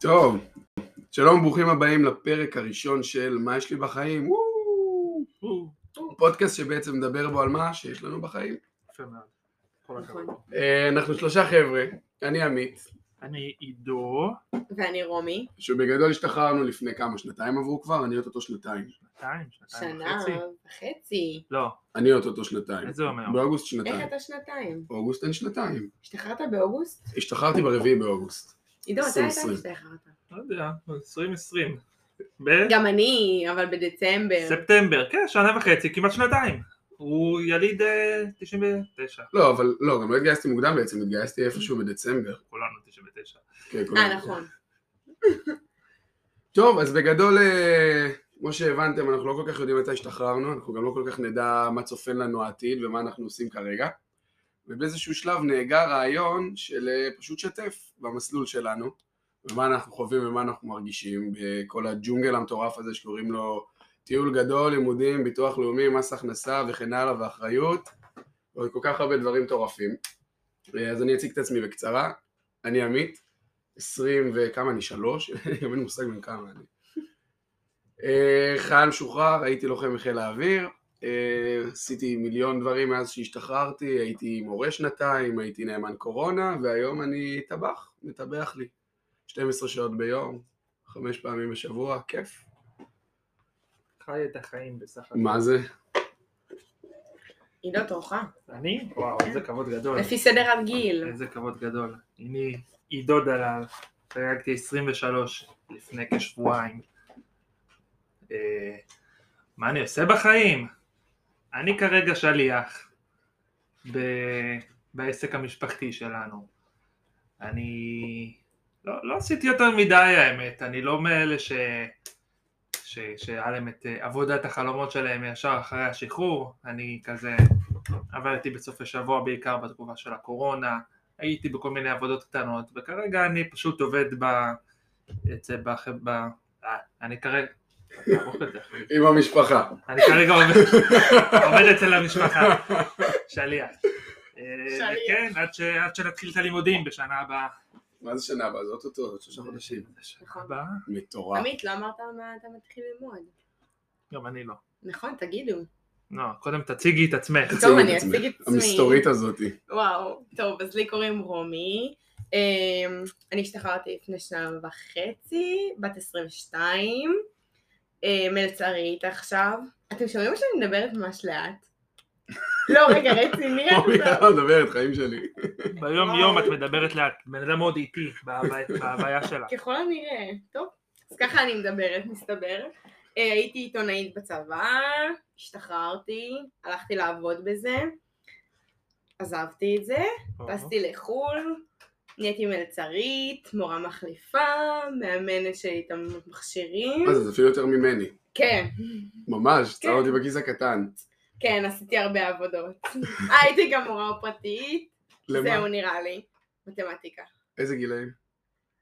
טוב, שלום, ברוכים הבאים לפרק הראשון של מה יש לי בחיים, וואו, פודקאסט שבעצם מדבר בו על מה שיש לנו בחיים. יפה מאוד. כל הכבוד. נכון. אה, אנחנו שלושה חבר'ה, אני עמית, אני עידו, ואני רומי, שבגדול השתחררנו לפני כמה, שנתיים עברו כבר, אני אוטוטו שנתיים. שנתיים, אה, שנתיים שנה וחצי. וחצי. לא, אני אוטוטו שנתיים. איזה אומר? באוגוסט איך שנתיים. אתה שנתיים? באוגוסט אין שנתיים. השתחררת באוגוסט? השתחררתי ברביעי באוגוסט. עידו, אתה עשרים, הייתה עשרים. השתחררת. לא יודע, 2020. גם אני, אבל בדצמבר. בספטמבר, כן, שנה וחצי, כמעט שנתיים. הוא יליד אה, 99, לא, אבל לא, גם לא התגייסתי מוקדם בעצם, התגייסתי איפשהו בדצמבר. כולנו 99. כן, כולם. אה, נכון. טוב, אז בגדול, אה, כמו שהבנתם, אנחנו לא כל כך יודעים מתי השתחררנו, אנחנו גם לא כל כך נדע מה צופן לנו העתיד ומה אנחנו עושים כרגע. ובאיזשהו שלב נהגה רעיון של אה, פשוט שתף במסלול שלנו, ומה אנחנו חווים ומה אנחנו מרגישים בכל הג'ונגל המטורף הזה שקוראים לו טיול גדול, לימודים, ביטוח לאומי, מס הכנסה וכן הלאה ואחריות, ועוד כל כך הרבה דברים מטורפים. אה, אז אני אציג את עצמי בקצרה, אני עמית, 20 וכמה אני? שלוש? גם אין לי מושג בן כמה אני. אה, חייל משוחרר, הייתי לוחם בחיל האוויר, אה, עשיתי מיליון דברים מאז שהשתחררתי, הייתי מורה שנתיים, הייתי נאמן קורונה, והיום אני טבח, מטבח לי. 12 שעות ביום, חמש פעמים בשבוע, כיף. חי את החיים בסך הכל. מה זה? עידו, תורך. אני? וואו, איזה כבוד כן. גדול. לפי סדר הגיל. איזה כבוד גדול. אני עידו דלל, חגגתי 23 לפני כשבועיים. אה, מה אני עושה בחיים? אני כרגע שליח ב... בעסק המשפחתי שלנו. אני לא, לא עשיתי יותר מדי האמת, אני לא מאלה ש... ש... שהיה להם את אה, עבודת החלומות שלהם ישר אחרי השחרור, אני כזה עבדתי בסופי שבוע בעיקר בתגובה של הקורונה, הייתי בכל מיני עבודות קטנות, וכרגע אני פשוט עובד ב... אצל בח... ב... אה, אני כרגע... תהפוך את זה. עם המשפחה. אני כרגע עובד, עובד אצל המשפחה, שליח. אה, שליח. נכון. כן, עד, ש... עד שנתחיל את הלימודים בשנה הבאה. מה זה שנה הבאה? זה אוטוטו, עוד שלושה חודשים. שנה הבאה? מטורף. עמית, לא אמרת על מה אתה מתחיל ללמוד. גם אני לא. נכון, תגידו. לא, קודם תציגי את עצמך. תציגי טוב, את אני עצמך. אציג את עצמי. המסתורית הזאתי. וואו, טוב, אז לי קוראים רומי, אמ, אני השתחררתי לפני שנה וחצי, בת 22, אמ, מלצרית עכשיו. אתם שומעים שאני מדברת ממש לאט? לא, רגע, רציני אוי, עכשיו. יאללה, לא, מדברת, חיים שלי. לא. ביום יום את מדברת לאט, בן אדם מאוד איטי בהווי- בהוויה שלה. ככל הנראה, טוב. אז ככה אני מדברת, מסתבר. אה, הייתי עיתונאית בצבא, השתחררתי, הלכתי לעבוד בזה, עזבתי את זה, טסתי לחו"ל, נהייתי מלצרית, מורה מחליפה, מאמנת שלי את המכשירים. מה זה, זה אפילו יותר ממני. כן, ממש, כן. צר אותי בכיס הקטן. כן, עשיתי הרבה עבודות. אה, הייתי גם מורה פרטית, זהו למה? נראה לי, מתמטיקה. איזה גילאים?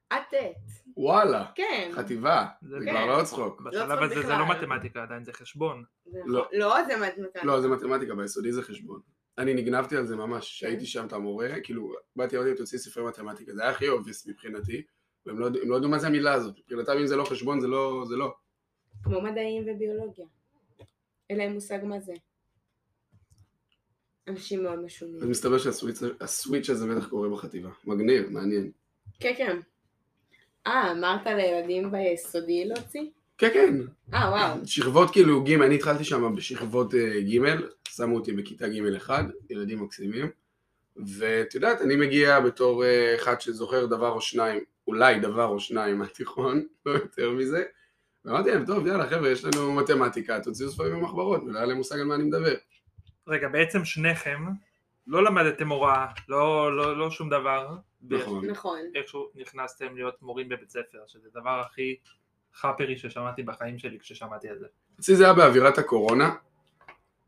עד ט', וואלה, כן. חטיבה. זה זה כן. כבר לא צחוק. בשלב צחוק הזה זה בכלל. לא מתמטיקה עדיין, זה חשבון. זה לא. נכון. לא, זה מתמטיקה. לא, זה מתמטיקה, ביסודי זה חשבון. אני נגנבתי על זה ממש, כשהייתי שם את המורה, כאילו, באתי אמרתי לו, תוציא ספרי מתמטיקה, זה היה הכי אובייס מבחינתי, והם לא, הם לא ידעו מה זה המילה הזאת, מבחינתם אם זה לא חשבון זה לא, זה לא. כמו מדעים וביולוגיה. אין להם מושג מה זה. אנשים מאוד משונים. אז מסתבר שהסוויץ' הסוויץ' הזה בטח קורה בחטיבה. מגניב, מעניין. כן, כן. אה, אמרת לילדים ביסודי להוציא? כן, כן, אה, וואו. שכבות כאילו ג', אני התחלתי שם בשכבות אה, ג', שמו אותי בכיתה ג' אחד, ילדים מקסימים, ואת יודעת, אני מגיע בתור אה, אחד שזוכר דבר או שניים, אולי דבר או שניים מהתיכון, לא יותר מזה, ואמרתי להם, טוב, יאללה חבר'ה, יש לנו מתמטיקה, תוציאו ספרים במחברות, ולא היה להם מושג על מה אני מדבר. רגע, בעצם שניכם לא למדתם הוראה, לא, לא, לא שום דבר. נכון. נכון. איכשהו נכנסתם להיות מורים בבית ספר, שזה הדבר הכי חאפרי ששמעתי בחיים שלי כששמעתי את זה. אצלי זה היה באווירת הקורונה,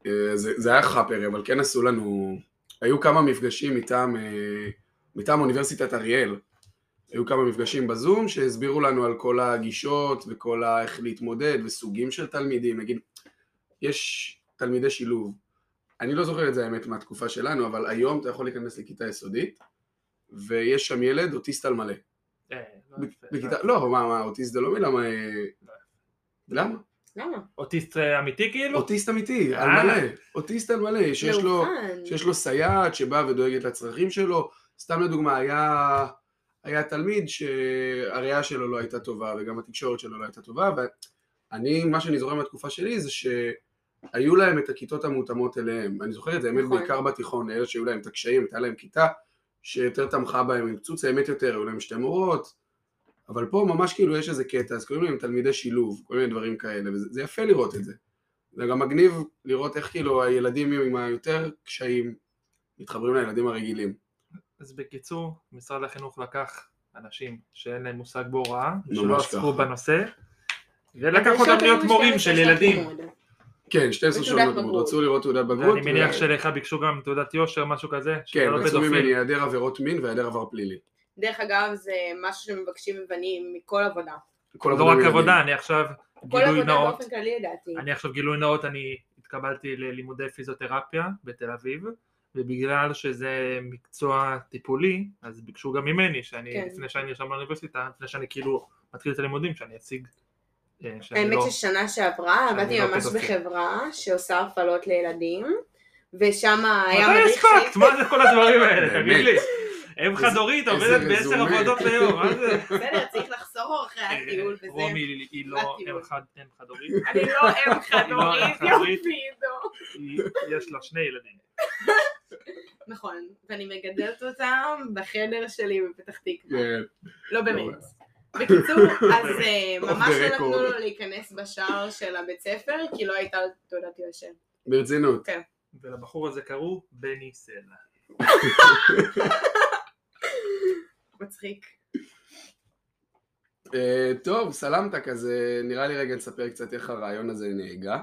אה, זה, זה היה חאפר, אבל כן עשו לנו, היו כמה מפגשים מטעם, אה, מטעם אוניברסיטת אריאל, היו כמה מפגשים בזום שהסבירו לנו על כל הגישות וכל ה... איך להתמודד וסוגים של תלמידים, נגיד, יש תלמידי שילוב, אני לא זוכר את זה האמת מהתקופה שלנו, אבל היום אתה יכול להיכנס לכיתה יסודית ויש שם ילד אוטיסט על מלא, אה, לא לא יפה. בכיתה, לא, מה, מה, אוטיסט זה לא מילה, מה... אה, לא. למה? למה? אוטיסט אה, אמיתי כאילו? אוטיסט אמיתי, על אה. מלא, אוטיסט על מלא, שיש לו... מאובחן. שיש לו סייעת שבאה ודואגת לצרכים שלו. סתם לדוגמה, היה, היה תלמיד שהראייה שלו לא הייתה טובה וגם התקשורת שלו לא הייתה טובה, ואני, מה שאני זוכר מהתקופה שלי זה שהיו להם את הכיתות המותאמות אליהם. אני זוכר את זה, האמת, נכון. בעיקר בתיכון, לאלה שהיו להם את הקשיים, הייתה להם כיתה שיותר תמכה בהם עם קצוץ האמת יותר, היו להם שתי מורות, אבל פה ממש כאילו יש איזה קטע, אז קוראים להם תלמידי שילוב, כל מיני דברים כאלה, וזה זה יפה לראות את זה. זה גם מגניב לראות איך כאילו הילדים עם היותר קשיים מתחברים לילדים הרגילים. אז בקיצור, משרד החינוך לקח אנשים שאין להם מושג בהוראה, ממש שלא עסקו ככה. בנושא, ולקח אבל אותם שם להיות היו מורים 12 של שנות ילדים. לימוד. כן, 12 ותעודת שנות לימוד, בגרות. רצו לראות תעודת בגרות. ואני מניח ו- שלך ביקשו גם תעודת יושר, משהו כזה, כן, שאתה לא רצו ממני פדופיל. היעדר עבירות מין והיעדר עבר פלילי. דרך אגב, זה משהו שמבקשים מבנים מכל עבודה. כל לא עבודה רק מילדים. עבודה, אני עכשיו כל גילוי עבודה נאות, באופן כללי לדעתי. אני עכשיו גילוי נאות, אני התקבלתי ללימודי פיזיותרפיה בתל אביב, ובגלל שזה מקצוע טיפולי, אז ביקשו גם ממני, שאני, כן. לפני שאני נרשם לאוניברסיטה, לפני שאני כאילו מתחיל את הלימודים, שאני אציג, אה, שאני האמת לא... ששנה שעברה שאני עבדתי לא ממש פדופיל. בחברה שעושה הפעלות לילדים, ושם היה מתי מדריך הספקת? שהיא... מה זה כל הדברים האלה? באמת. תגיד לי. אם חד-הורית איזה עובדת בעשר רזומה. עבודות ליום, מה זה? בסדר, צריך לחסוך אחרי הטיול וזה. אה, רומי היא- היא לא הטיול. אם חד- אם חד-הורית, אני לא אם חד-הורית, לא אם חד-הורית. יופי, נו. היא- יש לה שני ילדים. נכון, ואני מגדלת אותם בחדר שלי בפתח תקווה. כן, לא באמת. בקיצור, אז אה, Off the ממש לא נתנו record. לו להיכנס בשער של הבית ספר, כי לא הייתה לו תעודת יושר. ברצינות. ולבחור הזה קראו בני סלע. מצחיק. אה, טוב, סלמתק, אז אה, נראה לי רגע נספר קצת איך הרעיון הזה נהגה.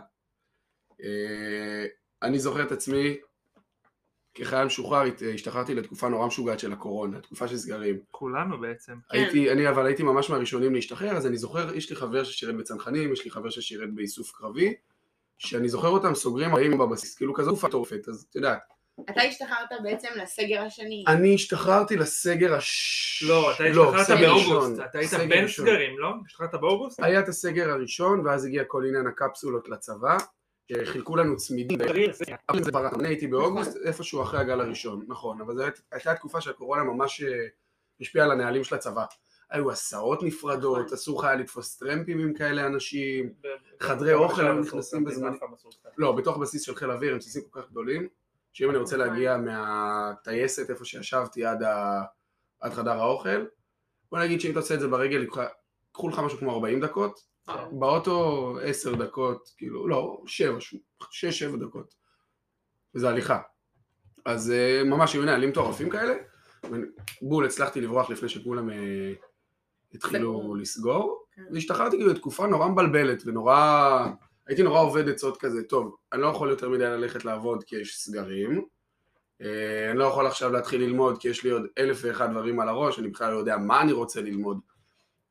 אה, אני זוכר את עצמי כחייל משוחרר, הת- השתחררתי לתקופה נורא משוגעת של הקורונה, תקופה של סגרים. כולנו בעצם. כן. הייתי, אני אבל הייתי ממש מהראשונים להשתחרר, אז אני זוכר, יש לי חבר ששירת בצנחנים, יש לי חבר ששירת באיסוף קרבי, שאני זוכר אותם סוגרים הרעים בבסיס, כאילו כזו תקופה מטורפת, אז את יודעת. אתה השתחררת בעצם לסגר השני. אני השתחררתי לסגר הש... לא, אתה סגר השתחררת באוגוסט, ראשון, אתה היית סגר בין ראשון. סגרים, לא? השתחררת באוגוסט? היה את הסגר הראשון, ואז הגיע כל עניין הקפסולות לצבא, שחילקו לנו צמידים, אבל זה פרט, אני הייתי באוגוסט, איפשהו אחרי הגל הראשון, נכון, אבל זו הייתה- הייתה תקופה שהקורונה ממש אה, השפיעה על הנהלים של הצבא. היו הסעות נפרדות, נכון. אסור היה לתפוס טרמפים עם כאלה אנשים, חדרי אוכל היו נכנסים בזמן- לא, בתוך בסיס של חיל אוויר הם בסיסים כל כך גדולים, שאם אני רוצה להגיע מהטייסת איפה שישבתי עד, ה... עד חדר האוכל, בוא נגיד שאם אתה עושה את זה ברגל, ייקחו- ייקחו לך משהו כמו 40 דקות, אה. וואו. באוטו 10 דקות, כאילו, לא, 7, 6-7 דקות, וזה הליכה. אז אה, ממש היו נהלים מטורפים כאלה, בול הצלחתי לברוח לפני שכולם אה, התחילו סגרו. לסגור, כן. והשתחררתי כאילו לתקופה נורא מבלבלת ונורא... הייתי נורא עובד עצות כזה, טוב, אני לא יכול יותר מדי ללכת לעבוד כי יש סגרים, אה, אני לא יכול עכשיו להתחיל ללמוד כי יש לי עוד אלף ואחד דברים על הראש, אני בכלל לא יודע מה אני רוצה ללמוד.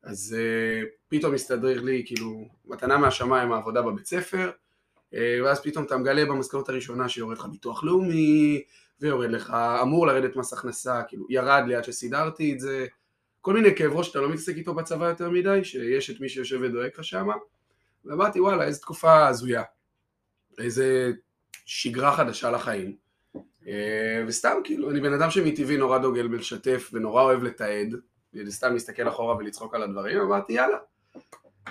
אז אה, פתאום הסתדר לי כאילו מתנה מהשמיים העבודה בבית ספר, אה, ואז פתאום אתה מגלה במשכורת הראשונה שיורד לך ביטוח לאומי, ויורד לך, אמור לרדת מס הכנסה, כאילו ירד לי עד שסידרתי את זה, כל מיני כאב ראש שאתה לא מתעסק איתו בצבא יותר מדי, שיש את מי שיושב ודואג לך שמה, ואמרתי וואלה איזה תקופה הזויה, איזה שגרה חדשה לחיים. אה, וסתם כאילו, אני בן אדם שמטבעי נורא דוגל בלשתף ונורא אוהב לתעד, וסתם להסתכל אחורה ולצחוק על הדברים, אמרתי יאללה.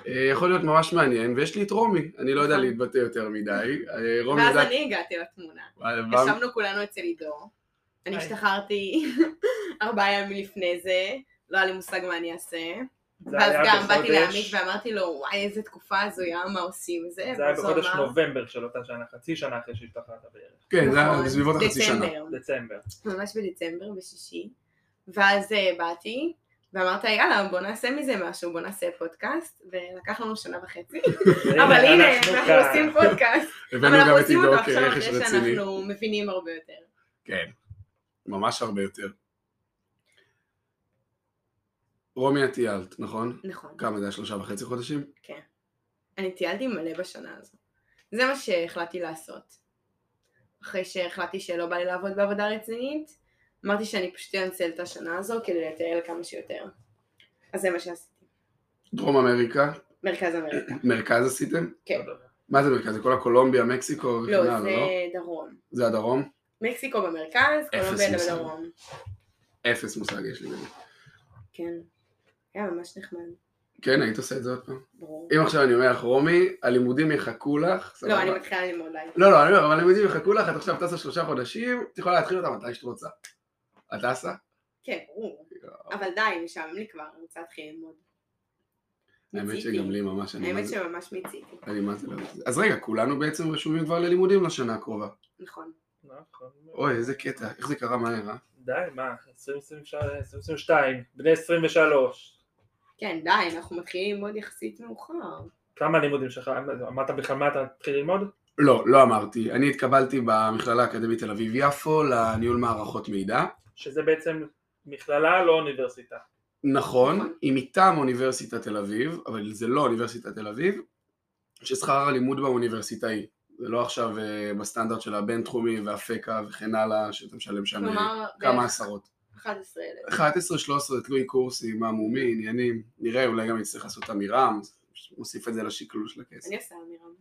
אה, יכול להיות ממש מעניין, ויש לי את רומי, אני לא יודע להתבטא יותר מדי, אה, רומי נכון. ואז יודעת... אני הגעתי לתמונה. ואז ישבנו כולנו אצל עידו, אני היי. השתחררתי ארבעה ימים לפני זה, לא היה לי מושג מה אני אעשה. זה ואז היה גם באתי בחודש- לעמית ואמרתי לו, וואי, איזה תקופה הזויה, מה עושים זה? זה היה ואז הוא בחודש אמר, נובמבר של אותה שנה, חצי שנה אחרי שהשתחררת בערך. כן, זה היה נכון, בסביבות החצי שנה. דצמבר, דצמבר. ממש בדצמבר, בשישי. ואז אה, באתי, ואמרת, יאללה, בוא נעשה מזה משהו, בוא נעשה פודקאסט, ולקח לנו שנה וחצי. אבל הנה, אנחנו כאן. עושים פודקאסט. אבל הבאנו אנחנו גם את עושים אותו עידו עכשיו כרכש אחרי רציני. שאנחנו לא. מבינים הרבה יותר. כן, ממש הרבה יותר. רומי, את טיילת, נכון? נכון. כמה זה היה שלושה וחצי חודשים? אני טיילתי מלא בשנה הזו. זה מה שהחלטתי לעשות. אחרי שהחלטתי שלא בא לי לעבוד בעבודה רצינית, אמרתי שאני פשוט אנצל את השנה הזו כדי לטייל כמה שיותר. אז זה מה שעשיתי. דרום אמריקה, מרכז אמריקה. מרכז עשיתם? כן. לא, מה זה מרכז? זה כל הקולומביה, מקסיקו וכן לא, הלאה, זה לא? דרום. זה הדרום? מקסיקו במרכז, קולומביה מושג. בדרום. אפס מושג יש לי בזה. כן. היה ממש נחמד, כן, היית עושה את זה עוד פעם? ברור. אם עכשיו אני אומר לך, רומי, הלימודים יחכו לך, לא, סבבה? אני מתחילה ללמוד לייב. לא, לא, אני אומר, אבל הלימודים יחכו לך, את עכשיו טסה שלושה חודשים, את יכולה להתחיל אותם מתי שאת רוצה. את טסה? כן, ברור. אה. אבל די, משעמם לי כבר, אני רוצה להתחיל ללמוד. האמת מיציתי. שגם לי ממש, אני מה האמת זה... שממש מיציתי. אני מה זה לא... אז רגע, כולנו בעצם רשומים כבר ללימודים לשנה הקרובה. נכון. נכון. אוי, איזה קטע, איך זה קרה מהר, אה? די, מה? 2022, בני 23. כן, די, אנחנו מתחילים ללמוד יחסית מאוחר. כמה הלימודים שלך? אמרת בכלל מה אתה מתחיל ללמוד? לא, לא אמרתי. אני התקבלתי במכללה האקדמית תל אביב-יפו לניהול מערכות מידע. שזה בעצם מכללה, לא אוניברסיטה. נכון, היא מטעם אוניברסיטת תל אביב, אבל זה לא אוניברסיטת תל אביב, ששכר הלימוד בה הוא אוניברסיטאי. זה לא עכשיו אה, בסטנדרט של הבינתחומי והפקה וכן הלאה, שאתה משלם שם אה, כלומר, כמה בערך עשרות. 11,000. 11-13 תלוי קורסים, מה מומי, עניינים, נראה, אולי גם נצטרך לעשות אמירם, נוסיף את זה לשקלול של הכסף. אני עושה אמירם.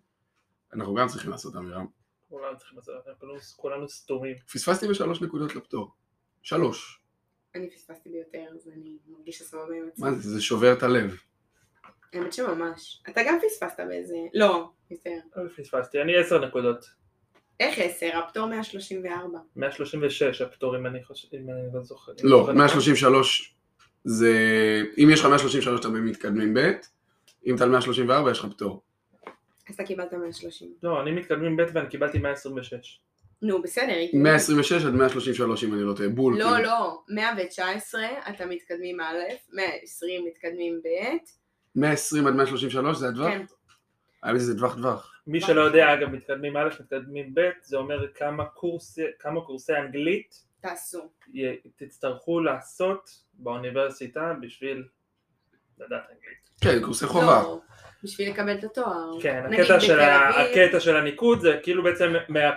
אנחנו גם צריכים לעשות אמירם. כולנו צריכים לעשות, כולנו- כולנו סתומים. פספסתי בשלוש נקודות לפטור. שלוש. אני פספסתי ביותר, אז אני מרגישה סבבה עם עצמי. מה זה? זה שובר את הלב. האמת שממש. אתה גם פספסת באיזה... לא, יותר. אבל אה, פספסתי, אני 10 נקודות. איך עשר? הפטור 134. 136 הפטור אם אני חושב, אם אני לא זוכר. לא, 133 זה... אם יש לך 133 אתה במתקדמים ב', אם אתה על 134 יש לך פטור. אז אתה קיבלת 130. לא, אני מתקדמים ב' ואני קיבלתי 126. נו, בסדר. הגיוני. 126 עד 133 אם אני לא טועה, בול. לא, כאילו. לא. 119, אתה מתקדמים א', 120 מתקדמים ב'. 120 עד 133 זה הטווח? כן. האמת שזה טווח טווח. מי שלא יודע, אגב, מתקדמים א', מתקדמים ב', זה אומר כמה, קורס, כמה קורסי אנגלית תעשו. י- תצטרכו לעשות באוניברסיטה בשביל לדעת אנגלית. כן, קורסי חובה. לא, בשביל לקבל את התואר. כן, נגיד הקטע של, ה- בתל אביב. הקטע של הניקוד זה כאילו בעצם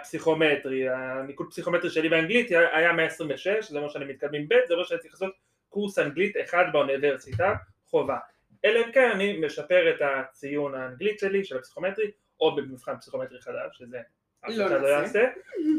מהפסיכומטרי, הניקוד פסיכומטרי שלי באנגלית היה היה 126, זה אומר שאני מתקדמים ב', זה אומר שאני צריך לעשות קורס אנגלית אחד באוניברסיטה, חובה. אלא אם כן אני משפר את הציון האנגלית שלי, של הפסיכומטרי, או במבחן פסיכומטרי חדש, שזה אף לא אחד לא נעשה. יעשה,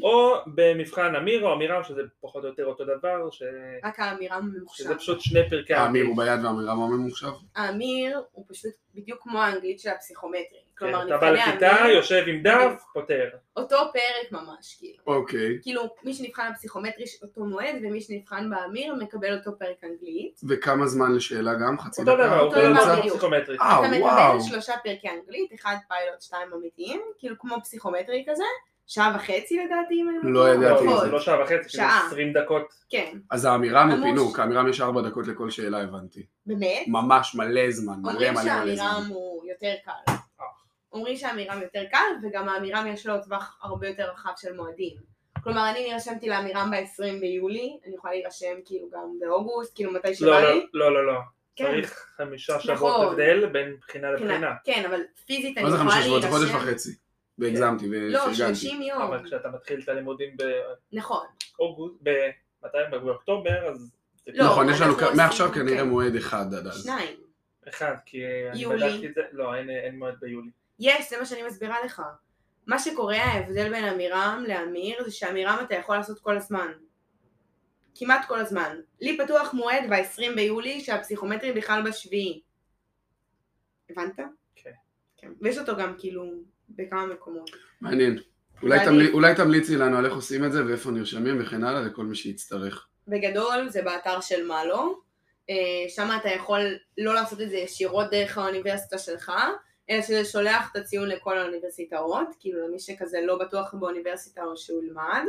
או במבחן אמיר או אמירם, שזה פחות או יותר אותו דבר, ש... רק האמירם הממוחשב. שזה פשוט שני פרקי האמיר האנגלית. הוא ביד והאמירם הוא ממוחשב? האמיר הוא פשוט בדיוק כמו האנגלית של הפסיכומטרי. כן, כלומר, אתה בא לכיתה, האמיר, יושב עם דף, פותר. אותו פרק ממש, כאילו. אוקיי. כאילו, מי שנבחן בפסיכומטרי יש אותו מועד, ומי שנבחן באמיר מקבל אותו פרק אנגלית. וכמה זמן לשאלה גם? חצי אותו דבר, דקה? אותו באמצע? דבר באמצע? כמו פסיכומטרי. אה, אתה וואו. מקבל שלושה פרקי אנגלית, אחד פיילוט, שתיים אמיתיים, כאילו כמו פסיכומטרי כזה, שעה וחצי לדעתי, אם אני לא לא ידעתי לא, את זה לא שעה וחצי, שזה שעה. 20 דקות. כן, אז האמירם הוא אמור פינוק, ש- האמירם יש ארבע דקות לכל שאלה הבנתי. באמת? ממש מלא זמן, מלא אומרים מלא מלא זמן. שהאמירם הוא יותר קל. אה. אומרים שהאמירם יותר קל, וגם האמירם יש לו טווח הרבה יותר רחב של מועדים. כלומר, אני נרשמתי לאמירם ב-20 ביולי, אני יכולה להירשם כאילו גם באוגוסט, כאילו מתי שבא לא, לי. לא, לא, לא, לא. כן. צריך חמישה שבועות נכון. הבדל בין בחינה לבחינה. כן, אבל פיזית אני מה זה יכולה חמישה להירשם. שבועות? זה חודש וחצי. והגזמתי לא, ופרגנתי. 30 יום. אבל כשאתה מתחיל את הלימודים נכון. באוגוסט, מתי? באוקטובר, אז... זה כאילו לא, נכון, יש לנו, אנחנו כ- מעכשיו עושים- כנראה כן. מועד אחד עד אז. שניים. אחד, כי אני יולי. בדקתי את זה, לא, אין- אין מועד ביולי. יש, זה מה שאני מסבירה לך. מה שקורה, ההבדל בין עמירם לאמיר, זה שעמירם אתה יכול לעשות כל הזמן. כמעט כל הזמן. לי פתוח מועד ב-20 ביולי, שהפסיכומטרי בכלל בשביעי. הבנת? כן. כן. ויש אותו גם כאילו בכמה מקומות. מעניין. אולי ואני- תמלי- אולי תמליצי לנו על איך עושים את זה ואיפה נרשמים וכן הלאה לכל מי שיצטרך. בגדול זה באתר של מאלו, שם אתה יכול לא לעשות את זה ישירות דרך האוניברסיטה שלך, אלא שזה שולח את הציון לכל האוניברסיטאות, כאילו למי שכזה לא בטוח באוניברסיטה או שהוא ילמד.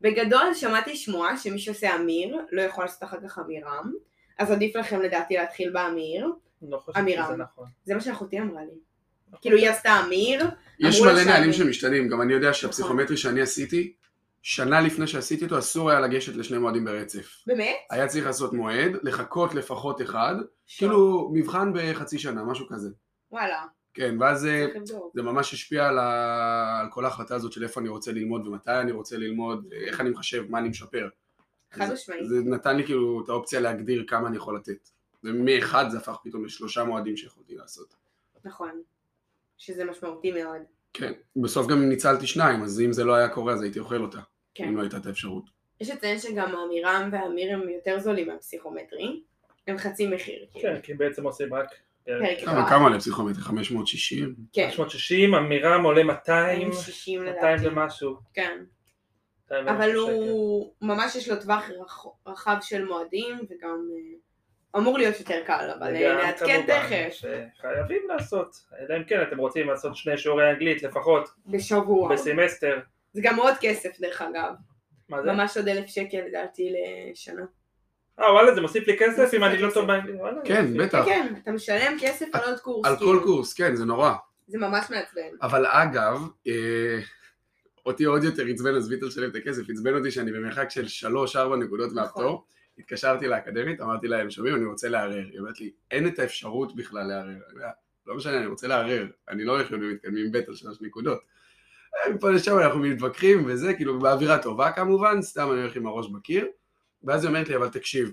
בגדול שמעתי שמועה שמי שעושה אמיר לא יכול לעשות אחר כך אמירם, אז עדיף לכם לדעתי להתחיל באמיר, לא חושב אמירם. שזה נכון. זה מה שאחותי אמרה לי. כאילו היא עשתה אמיר, יש אמרו נכון. מלא לשם. נהלים שמשתנים, גם אני יודע שהפסיכומטרי שאני עשיתי, שנה לפני שעשיתי אותו אסור היה לגשת לשני מועדים ברצף. באמת? היה צריך לעשות מועד, לחכות לפחות אחד, כאילו מבחן בחצי שנה, משהו כזה. וואלה, כן, ואז אה, צריך לבדוק. זה ממש השפיע על, ה... על כל ההחלטה הזאת של איפה אני רוצה ללמוד ומתי אני רוצה ללמוד, איך אני מחשב, מה אני משפר. חד זה- משמעית. זה נתן לי כאילו את האופציה להגדיר כמה אני יכול לתת. ומאחד זה הפך פתאום לשלושה מועדים שיכולתי לעשות. נכון. שזה משמעותי מאוד. כן. בסוף גם ניצלתי שניים, אז אם זה לא היה קורה אז הייתי אוכל אותה, כן. אם לא הייתה את האפשרות. יש לציין שגם עמירם ואמיר הם יותר זולים מהפסיכומטרי. הם חצי מחיר. כאילו. כן, כי בעצם עושים רק... פרק כמה, אחד. כמה עולה פסיכומטרי? 560? כן. 360, אמירם עולה 200, 260 200 לדעתי. ומשהו. כן. 200 אבל ומשהו שקל. הוא, ממש יש לו טווח רח- רחב של מועדים, וגם אה, אמור להיות יותר קל, אבל וגם, אה, נעדכן כמובן, תכף, שחייבים לעשות, אלא אם כן אתם רוצים לעשות שני שיעורי אנגלית לפחות בשבוע. בסמסטר. זה גם עוד כסף דרך אגב, מה זה? ממש עוד אלף שקל לדעתי לשנה. אה וואלה זה מוסיף לי כסף מוסיף אם אני לי לא כסף. טוב באנגלית. וואלה, כן, מוסיף. בטח. כן, כן, אתה משלם כסף על עוד קורס, על כל כאילו. קורס, כן, זה נורא. זה ממש מעצבן. אבל אגב, אה, אותי עוד יותר עצבן, עזבי תשלם את הכסף, עצבן אותי שאני במרחק של 3-4 נקודות נכון. מהפטור. התקשרתי לאקדמית, אמרתי להם, שומעים, אני רוצה לערער. היא אומרת לי, אין את האפשרות בכלל לערער. אני אומר, לא משנה, אני רוצה לערער. אני לא הולך להיות מתקדמים ב' על שלוש נקודות. אה, מפה לשם אנחנו מתווכחים וזה, כאילו, באווירה טובה כמובן, סתם אני הולך עם הראש בקיר. ואז היא אומרת לי, אבל תקשיב,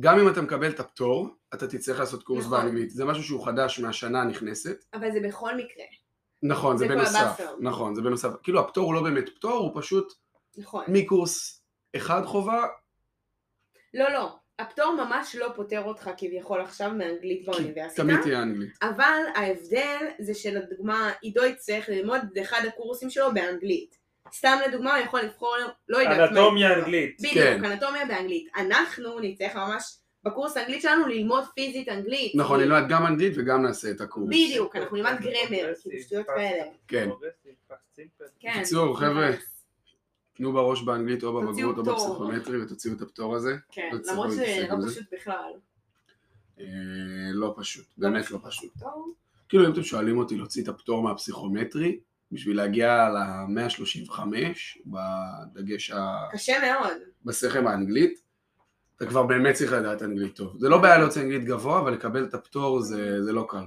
גם אם אתה מקבל את הפטור, אתה תצטרך לעשות קורס נכון. באנגלית. זה משהו שהוא חדש מהשנה הנכנסת. אבל זה בכל מקרה, נכון, זה זה כל בנוסף, הבאפר. נכון, זה בנוסף. כאילו הפטור הוא לא באמת פטור, הוא פשוט נכון. מקורס אחד חובה, לא, לא, הפטור ממש לא פוטר אותך כביכול עכשיו מאנגלית כי באוניברסיטה. תמיד תהיה אנגלית. אבל ההבדל זה שלדוגמה עידו יצטרך ללמוד את אחד הקורסים שלו באנגלית. סתם לדוגמה הוא יכול לבחור, לא יודעת מה. אנטומיה אנגלית. כן. בדיוק, אנטומיה באנגלית. אנחנו נצטרך ממש בקורס האנגלית שלנו ללמוד פיזית אנגלית. נכון, כי- נלמד גם אנגלית וגם נעשה את הקורס. בדיוק, אוקיי, אנחנו נלמד גרמר, כאילו אוקיי. שטויות כאלה. כן. כן. בקיצור, חבר'ה, תנו בראש באנגלית או תוציאו בבגרות או פטור. בפסיכומטרי ותוציאו את הפטור הזה. כן, לא צריך למרות שזה להתעסק לא בזה. פשוט בכלל. אה, לא פשוט, באמת לא פשוט. טוב, כאילו אם אתם שואלים אותי להוציא את הפטור מהפסיכומטרי, בשביל להגיע ל-135, בדגש ה... קשה מאוד. בסכם האנגלית, אתה כבר באמת צריך לדעת אנגלית טוב. זה לא בעיה להוציא אנגלית גבוה, אבל לקבל את הפטור זה, זה לא קל.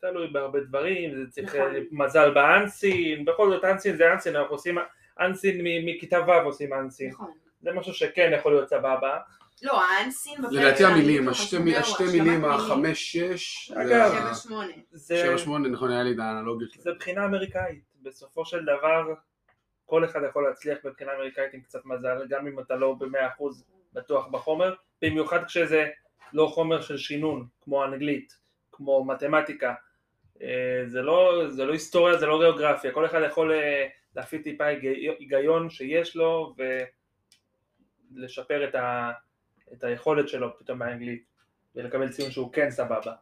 תלוי בהרבה דברים, זה צריך נכון. אה, מזל באנסין, בכל זאת אנסין זה אנסין, אנחנו עושים אנסין מ- מכיתה ו' עושים אנסין, נכון. זה משהו שכן יכול להיות סבבה. לא, האנסים בפרק לדעתי האנגלית המילים, הוא השתי חשוב מי- מאוד, השתי השלמת מילים, מילים. החמש, שש, אגב. שבע, שמונה. זה שבע, שמונה, נכון, היה לי את האנלוגיות. זה בחינה אמריקאית, בסופו של דבר כל אחד יכול להצליח בבחינה אמריקאית עם קצת מזל, גם אם אתה לא במאה אחוז בטוח בחומר, במיוחד כשזה לא חומר של שינון, כמו אנגלית, כמו מתמטיקה, אה, זה לא, זה לא היסטוריה, זה לא גיאוגרפיה, כל אחד יכול אה, להפעיל טיפה היגי- היגיון שיש לו ולשפר את, ה, את היכולת שלו פתאום באנגלית ולקבל ציון שהוא כן סבבה.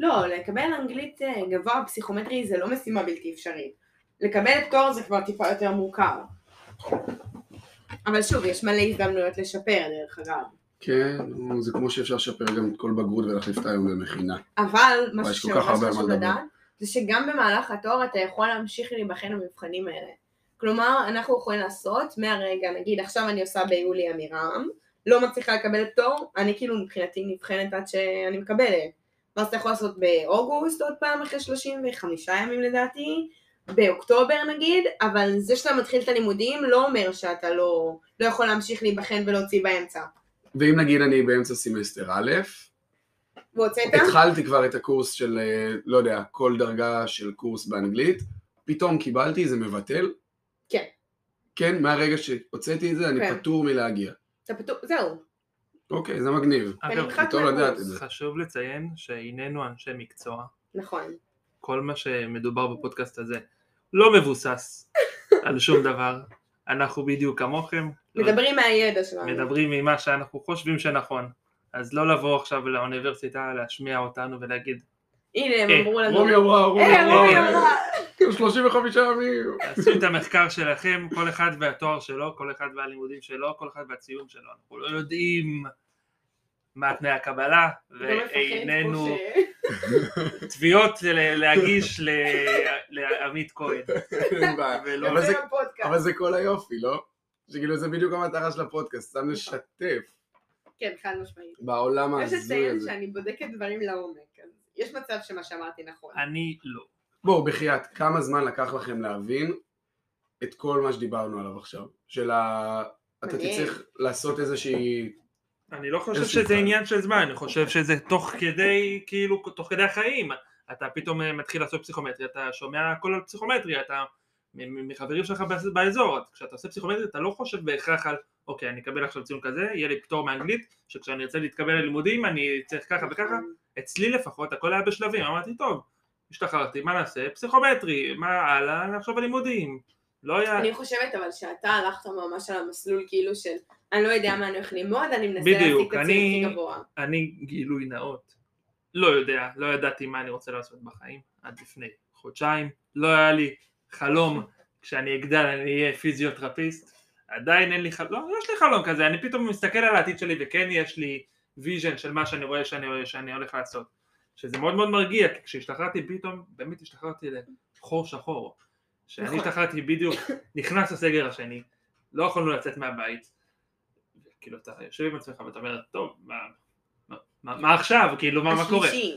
לא, לקבל אנגלית אה, גבוה בפסיכומטרי זה לא משימה בלתי אפשרית. לקבל פטור זה כבר טיפה יותר מורכב. אבל שוב, יש מלא הזדמנויות לשפר, דרך אגב. כן, נו, זה כמו שאפשר לשפר גם את כל בגרות ולהחליף את היום במכינה. אבל וואי, משהו יש כל כך שממש הרבה על מה חשוב לדבר. לדעת, זה שגם במהלך התואר אתה יכול להמשיך להיבחן במבחנים האלה. כלומר, אנחנו יכולים לעשות מהרגע, נגיד עכשיו אני עושה ביולי עמירם, לא מצליחה לקבל פטור, אני כאילו מבחינתי נבחנת עד שאני מקבלת. ואז אתה יכול לעשות באוגוסט עוד פעם אחרי 35 ימים לדעתי, באוקטובר נגיד, אבל זה שאתה מתחיל את הלימודים לא אומר שאתה לא, לא יכול להמשיך להיבחן ולהוציא באמצע. ואם נגיד אני באמצע סמסטר א', והוצאת? התחלתי כבר את הקורס של, אה, לא יודע, כל דרגה של קורס באנגלית, פתאום קיבלתי, זה מבטל. כן. כן, מהרגע שהוצאתי את זה, אני כן. פטור מלהגיע. אתה פתוח, זהו. אוקיי, זה מגניב. אתה נמחק טוב לדעת מהקורס. את זה. חשוב לציין שהיננו אנשי מקצוע, נכון. כל מה שמדובר בפודקאסט הזה לא מבוסס על שום דבר, אנחנו בדיוק כמוכם, לא- מדברים מהידע שלנו. מדברים ממה שאנחנו חושבים שנכון, אז לא לבוא עכשיו לאוניברסיטה להשמיע אותנו ולהגיד הנה, הם אה, אמרו לנו. רומי אמרה, רומי אה, רומי אה, אמרה, אמרה. 35 ימים. תעשו את המחקר שלכם, כל אחד והתואר שלו, כל אחד והלימודים שלו, כל אחד והציון שלו, אנחנו לא יודעים מה תנאי הקבלה, אתה לא מפחד ואיננו פה תביעות ל- להגיש ל- לעמית כהן, אין בעיה. ולא- אבל זה- יוצא מהפודקאסט. אבל זה כל היופי, לא? שכאילו זה בדיוק המטרה של הפודקאסט, סתם לשתף כן, חד משמעית. בעולם יש ההזוי לציין הזה. שאני בודקת דברים לעומק. אז יש מצב שמה שאמרתי נכון. אני לא. בואו, בחייאת, כמה זמן לקח לכם להבין את כל מה שדיברנו עליו עכשיו? של ה... אתה מדהים. תצטרך לעשות איזושהי אני לא חושב איזה שזה זמן? עניין של זמן, אני חושב שזה תוך כדי, כאילו, תוך כדי החיים. אתה פתאום אה, מתחיל לעשות פסיכומטרי, אתה שומע הכל על פסיכומטרי, אתה מ- מ- מחברים שלך באז- באזור, אז כשאתה עושה פסיכומטרי אתה לא חושב בהכרח על, אוקיי, אני אקבל עכשיו ציון כזה, יהיה לי פטור מאנגלית, שכשאני ארצה להתקבל ללימודים אני צריך ככה וככה. אצלי לפחות הכל היה בשלבים, אמרתי, טוב, השתחררתי, מה נעשה? פסיכומטרי, מה הלאה? נחשוב על לימודים. לא היה... אה, אני חושבת אבל שאתה הלכת ממש על המסלול כאילו של אני לא יודע מה אני הולך ללמוד, אני מנסה להשיג בדיוק, את אני- הציון הכי גבוה. אני גילוי נאות. לא יודע, לא ידעתי מה אני רוצה לעשות בחיים עד לפני חודשיים. לא היה לי חלום כשאני אגדל אני אהיה פיזיותרפיסט. עדיין אין לי חלום, לא, יש לי חלום כזה, אני פתאום מסתכל על העתיד שלי וכן יש לי ויז'ן של מה שאני רואה שאני, שאני הולך לעשות. שזה מאוד מאוד מרגיע, כי כשהשתחררתי פתאום, באמת השתחררתי לחור שחור. כשאני נכון. השתחררתי בדיוק, נכנס הסגר השני, לא יכולנו לצאת מהבית. כאילו אתה יושב עם עצמך ואתה אומר, טוב, מה, מה, מה, מה עכשיו? כאילו, מה, מה קורה? השלישי.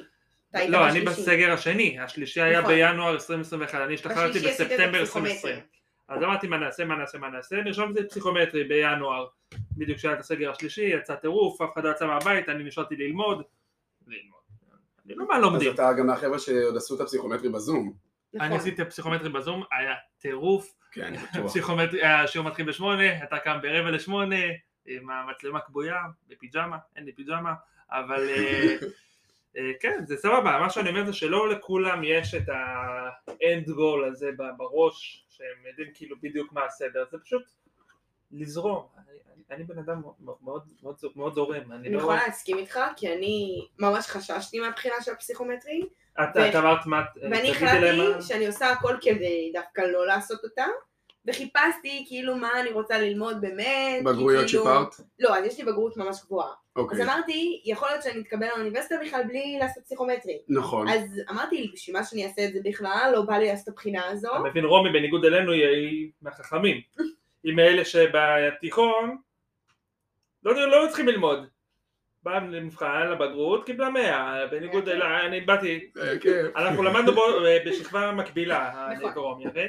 אתה היית לא, אני בשלישי. בסגר השני, השלישי היה נכון. בינואר 2021, אני השתחררתי בשלישי עשית את בספטמבר הפסיכומטרי. 2020. אז אמרתי מה נעשה, מה נעשה, מה נעשה, נרשמתי לפסיכומטרי בינואר, בדיוק כשהיה את הסגר השלישי, יצא טירוף, אף אחד לא יצא מהבית, אני נשארתי ללמוד, ללמוד. אני לא מה אז לומדים, אתה גם מהחבר'ה שעוד עשו את הפסיכומטרי בזום. אני נכון. עשיתי פסיכומטרי בזום, היה טירוף, כן, אני בטוח. הפסיכומטרי, אה, השיעור מתחיל בשמונה, אתה קם ברבע לשמונה, עם המצלמה כבויה, בפיג'מה, אין לי פיג'מה, אבל אה, אה, כן, זה סבבה, מה שאני אומר זה שלא לכולם יש את האנד גול הזה ב- בראש, שהם יודעים כאילו בדיוק מה הסדר, זה פשוט לזרום. אני- אני- אני בן אדם מאוד- מאוד- מאוד זור- מאוד זורם, אני אני לא... יכולה להסכים איתך, כי אני ממש חששתי מהבחינה של הפסיכומטרי, את ו- את אמרת מה... את- ואני תגידי להם מה- החלטתי שאני עושה הכל כדי דווקא לא לעשות אותה, וחיפשתי כאילו מה אני רוצה ללמוד באמת. כי בגרויות כאילו- שיפרת? לא, אז יש לי בגרות ממש גבוהה. אז אוקיי. אמרתי, יכול להיות שאני אתקבל לאוניברסיטה בכלל בלי לעשות פסיכומטרי. נכון. אז אמרתי, בשביל מה שאני אעשה את זה בכלל, לא בא לי לעשות את הבחינה הזו. אתה מבין, רומי בניגוד אלינו היא- היא מהחכמים. היא מאלה שבתיכון לא, לא צריכים ללמוד. באה למבחן, לבגרות, קיבלה 100, בניגוד כן. אליי, אני באתי, אה, כן. אנחנו למדנו בו אה, בשכבה מקבילה, אני נכון. ורומי הרי,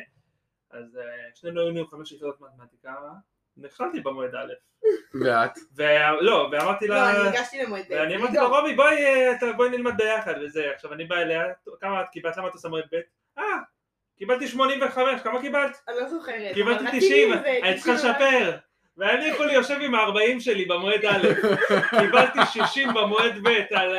אז אה, שנינו היינו חמש יחידות מתמטיקה, נכשלתי במועד א', ואת? ולא, ואמרתי לא, אני לה, הגשתי למועד ב'. ואני אמרתי לא. לה, רומי, בואי אה, אתה- בואי נלמד ביחד וזה, עכשיו אני בא אליה, כמה את קיבלת, למה את עושה מועד ב'? אה, קיבלתי 85, כמה קיבלת? אני לא זוכרת. אבל קיבלתי רציתי 90, את זה, כאילו, אני צריכה 90. לשפר. ואני יכול יושב עם ה-40 שלי במועד א', קיבלתי 60 במועד ב', על על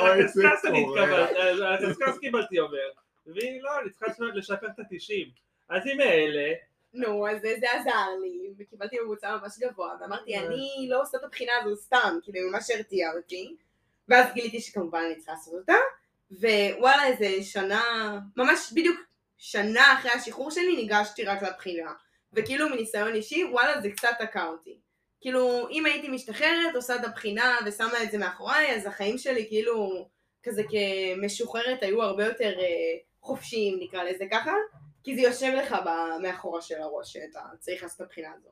אוי, זה הקשקש אני קורה. התקבלתי, על על הקשקש קיבלתי אומר. והיא לא, אני צריכה לשנות- לשפר את ה-90. אז היא מאלה, נו, אז זה זה עזר לי, וקיבלתי ממוצע ממש גבוה, ואמרתי, אה. אני לא עושה את הבחינה הזו סתם, כאילו, היא ממש הרתיעה אותי, ואז גיליתי שכמובן אני צריכה לעשות אותה, ווואלה, איזה שנה, ממש בדיוק שנה אחרי השחרור שלי, ניגשתי רק לבחינה, וכאילו, מניסיון אישי, וואלה, זה קצת תקע אותי. כאילו, אם הייתי משתחררת, עושה את הבחינה ושמה את זה מאחוריי, אז החיים שלי, כאילו, כזה כמשוחררת, היו הרבה יותר אה, חופשיים, נקרא לזה ככה. כי זה יושב לך ב- מאחורה של הראש שאתה צריך לעשות את הבחינה הזו.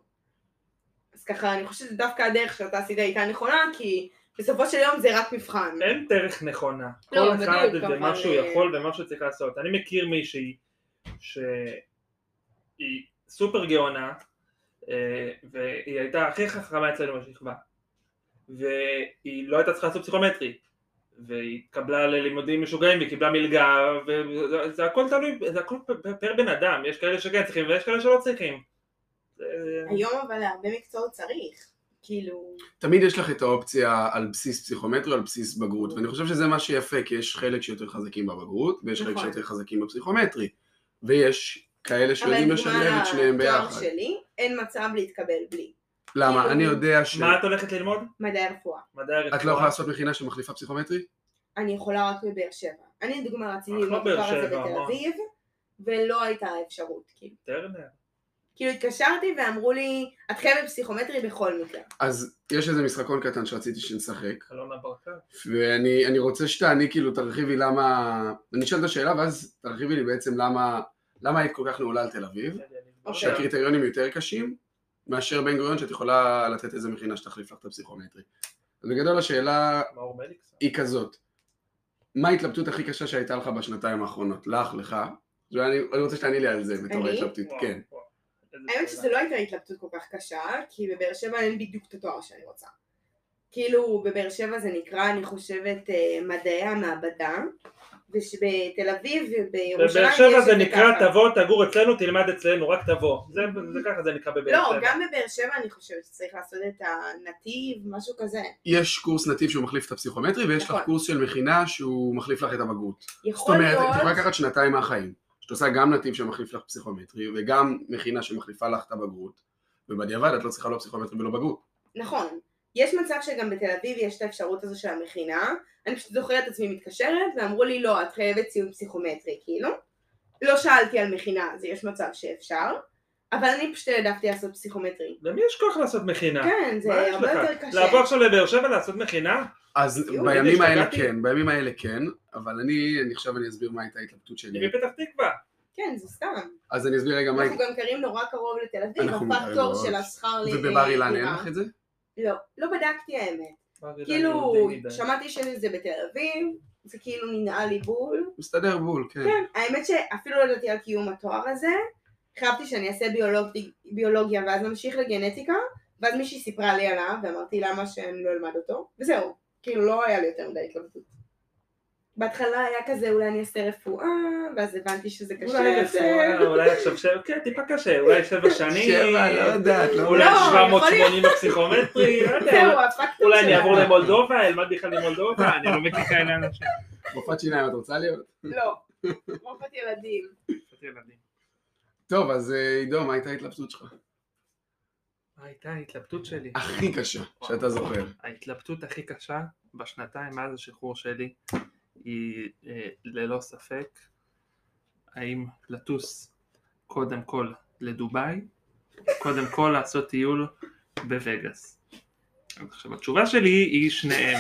אז ככה, אני חושבת שדווקא הדרך שאתה עשית הייתה נכונה, כי בסופו של יום זה רק מבחן. אין דרך נכונה. לא, כל אחד בדיוק, זה אבל- אה, מה שהוא יכול ומה שהוא צריך לעשות. אני מכיר מישהי שהיא סופר גאונה, אה, והיא הייתה הכי חכמה אצלנו בשכבה, והיא לא הייתה צריכה לעשות פסיכומטרי, והיא התקבלה ללימודים משוגעים, והיא קיבלה מלגה, וזה זה הכל תלוי, זה הכל פ- פר בן אדם, יש כאלה שכן צריכים ויש כאלה שלא צריכים. זה- אוקיי. היום אבל להרבה מקצועות צריך. כאילו, תמיד יש לך את האופציה על בסיס פסיכומטרי או על בסיס בגרות, ואני חושב שזה מה שיפה, כי יש חלק שיותר חזקים בבגרות, ויש חלק נכון. שיותר חזקים בפסיכומטרי, ויש כאלה אבל שיודעים לשלב את שניהם ביחד. שלי, אין מצב להתקבל בלי. למה? כאילו- אני יודע ש... מה את הולכת ללמוד? מדעי הרפואה. מדעי הרפואה. את לא יכולה לעשות מכינה שמחליפה פסיכומטרי? אני יכולה רק בבאר שבע. אני לדוגמה רציתי אנחנו ללמוד באר כבר את זה שבע, בתל מה? אביב, ולא הייתה אפשרות, כאילו. טרנר. כאילו התקשרתי ואמרו לי, את חייבת פסיכומטרי בכל מקרה. אז יש איזה משחקון קטן שרציתי שנשחק, אלונה ברקת. ואני אני רוצה שתעני, כאילו, תרחיבי למה... אני אשאל את השאלה, ואז תרחיבי לי בעצם למה... למה היית כל כך נעולה על תל אביב, אוקיי. שהקריטריונים יותר קשים מאשר בן גוריון, שאת יכולה לתת איזה מכינה שתחליף לך את הפסיכומטרי. אז בגדול השאלה מאור מליקסון. היא כזאת, מה ההתלבטות הכי קשה שהייתה לך בשנתיים האחרונות? לך, לך? ואני אני רוצה שתעני לי על זה בתור אני? ההתלבטות, כן. וואו, איזה האמת שאלה. לא שזה לא הייתה התלבטות כל כך קשה, כי בבאר שבע אין בדיוק את התואר שאני רוצה. כאילו בבאר שבע זה נקרא, אני חושבת, אה, מדעי המעבדה, ושבתל אביב ובירושלים בבאר יש שבע זה את זה נקרא ככה. אוקיי. תבוא, תגור אצלנו, תלמד אצלנו, רק תבוא. זה זה ככה זה נקרא בבאר לא, שבע. גם בבאר שבע אני חושבת שצריך לעשות את הנתיב, משהו כזה. יש קורס נתיב שהוא מחליף את הפסיכומטרי, ויש לך נכון. קורס של מכינה שהוא מחליף לך את הבגרות. זאת יכול אומרת, להיות... את יכולה לקחת שנתיים מהחיים. שאת עושה גם נתיב שמחליף לך פסיכומטרי, וגם מכינה שמחליפה לך את הבגרות, ובדיעבד את לא צריכה לא פסיכומטרי ולא בגרות. נכון. יש מצב שגם בתל אביב יש את האפשרות הזו של המכינה, אני פשוט זוכרת את עצמי מתקשרת, ואמרו לי לא, את חייבת ציון פסיכומטרי, כאילו. לא שאלתי על מכינה, אז יש מצב שאפשר, אבל אני פשוט העדפתי לעשות פסיכומטרי. למי יש כוח לעשות מכינה? כן, זה אה, מה יש הרבה לך? יותר קשה. לעבור עכשיו לבאר שבע לעשות מכינה? אז יואו, בימים אני האלה השתגעתי. כן, בימים האלה כן, אבל אני, אני עכשיו אני אסביר מה הייתה ההתלבטות היא שלי. מפתח תקווה. כן, זה סתם. אז אני אסביר רגע מה... אנחנו גם גרים נורא קרוב לתל אביב, אנחנו הפקטור מאוד. של השכר ל- ובבר אה, אילן אין דירה. לך את זה? לא, לא בדקתי האמת. כאילו, לא שמעתי שזה בתל אביב, זה כאילו ננעל לי בול. מסתדר בול, כן. כן, האמת שאפילו לא ידעתי על קיום התואר הזה, חשבתי שאני אעשה ביולוג- ביולוגיה ואז נמשיך לגנטיקה, ואז מישהי סיפרה לי עליו, ואמרתי למה שאני לא אלמד אותו, וזהו, כאילו לא היה לי יותר מדי התלבטות. בהתחלה היה כזה, אולי אני אעשה רפואה, ואז הבנתי שזה קשה. אולי יותר. רפואה, אולי עכשיו שבע, כן, טיפה קשה, אולי שבע שנים. שבע, לא יודעת, לא אולי לא, יכול 780 בפסיכומטרי, לא יודע. זהו, אולי- הפקטור אולי אני אעבור שלה. למולדובה, אלמד בכלל למולדובה, אני לא מכיר כאלה אנשים. רופאת שיניים את רוצה להיות? לא, רופאת ילדים. קצת ילדים. טוב, אז אה, עידו, מה הייתה ההתלבטות שלך? מה הייתה ההתלבטות שלי? הכי קשה שאתה זוכר. ההתלבטות הכי קשה בשנתיים מאז השחרור שלי היא אה, ללא ספק האם לטוס קודם כל לדובאי, קודם כל לעשות טיול בווגאס. עכשיו התשובה שלי היא שניהם.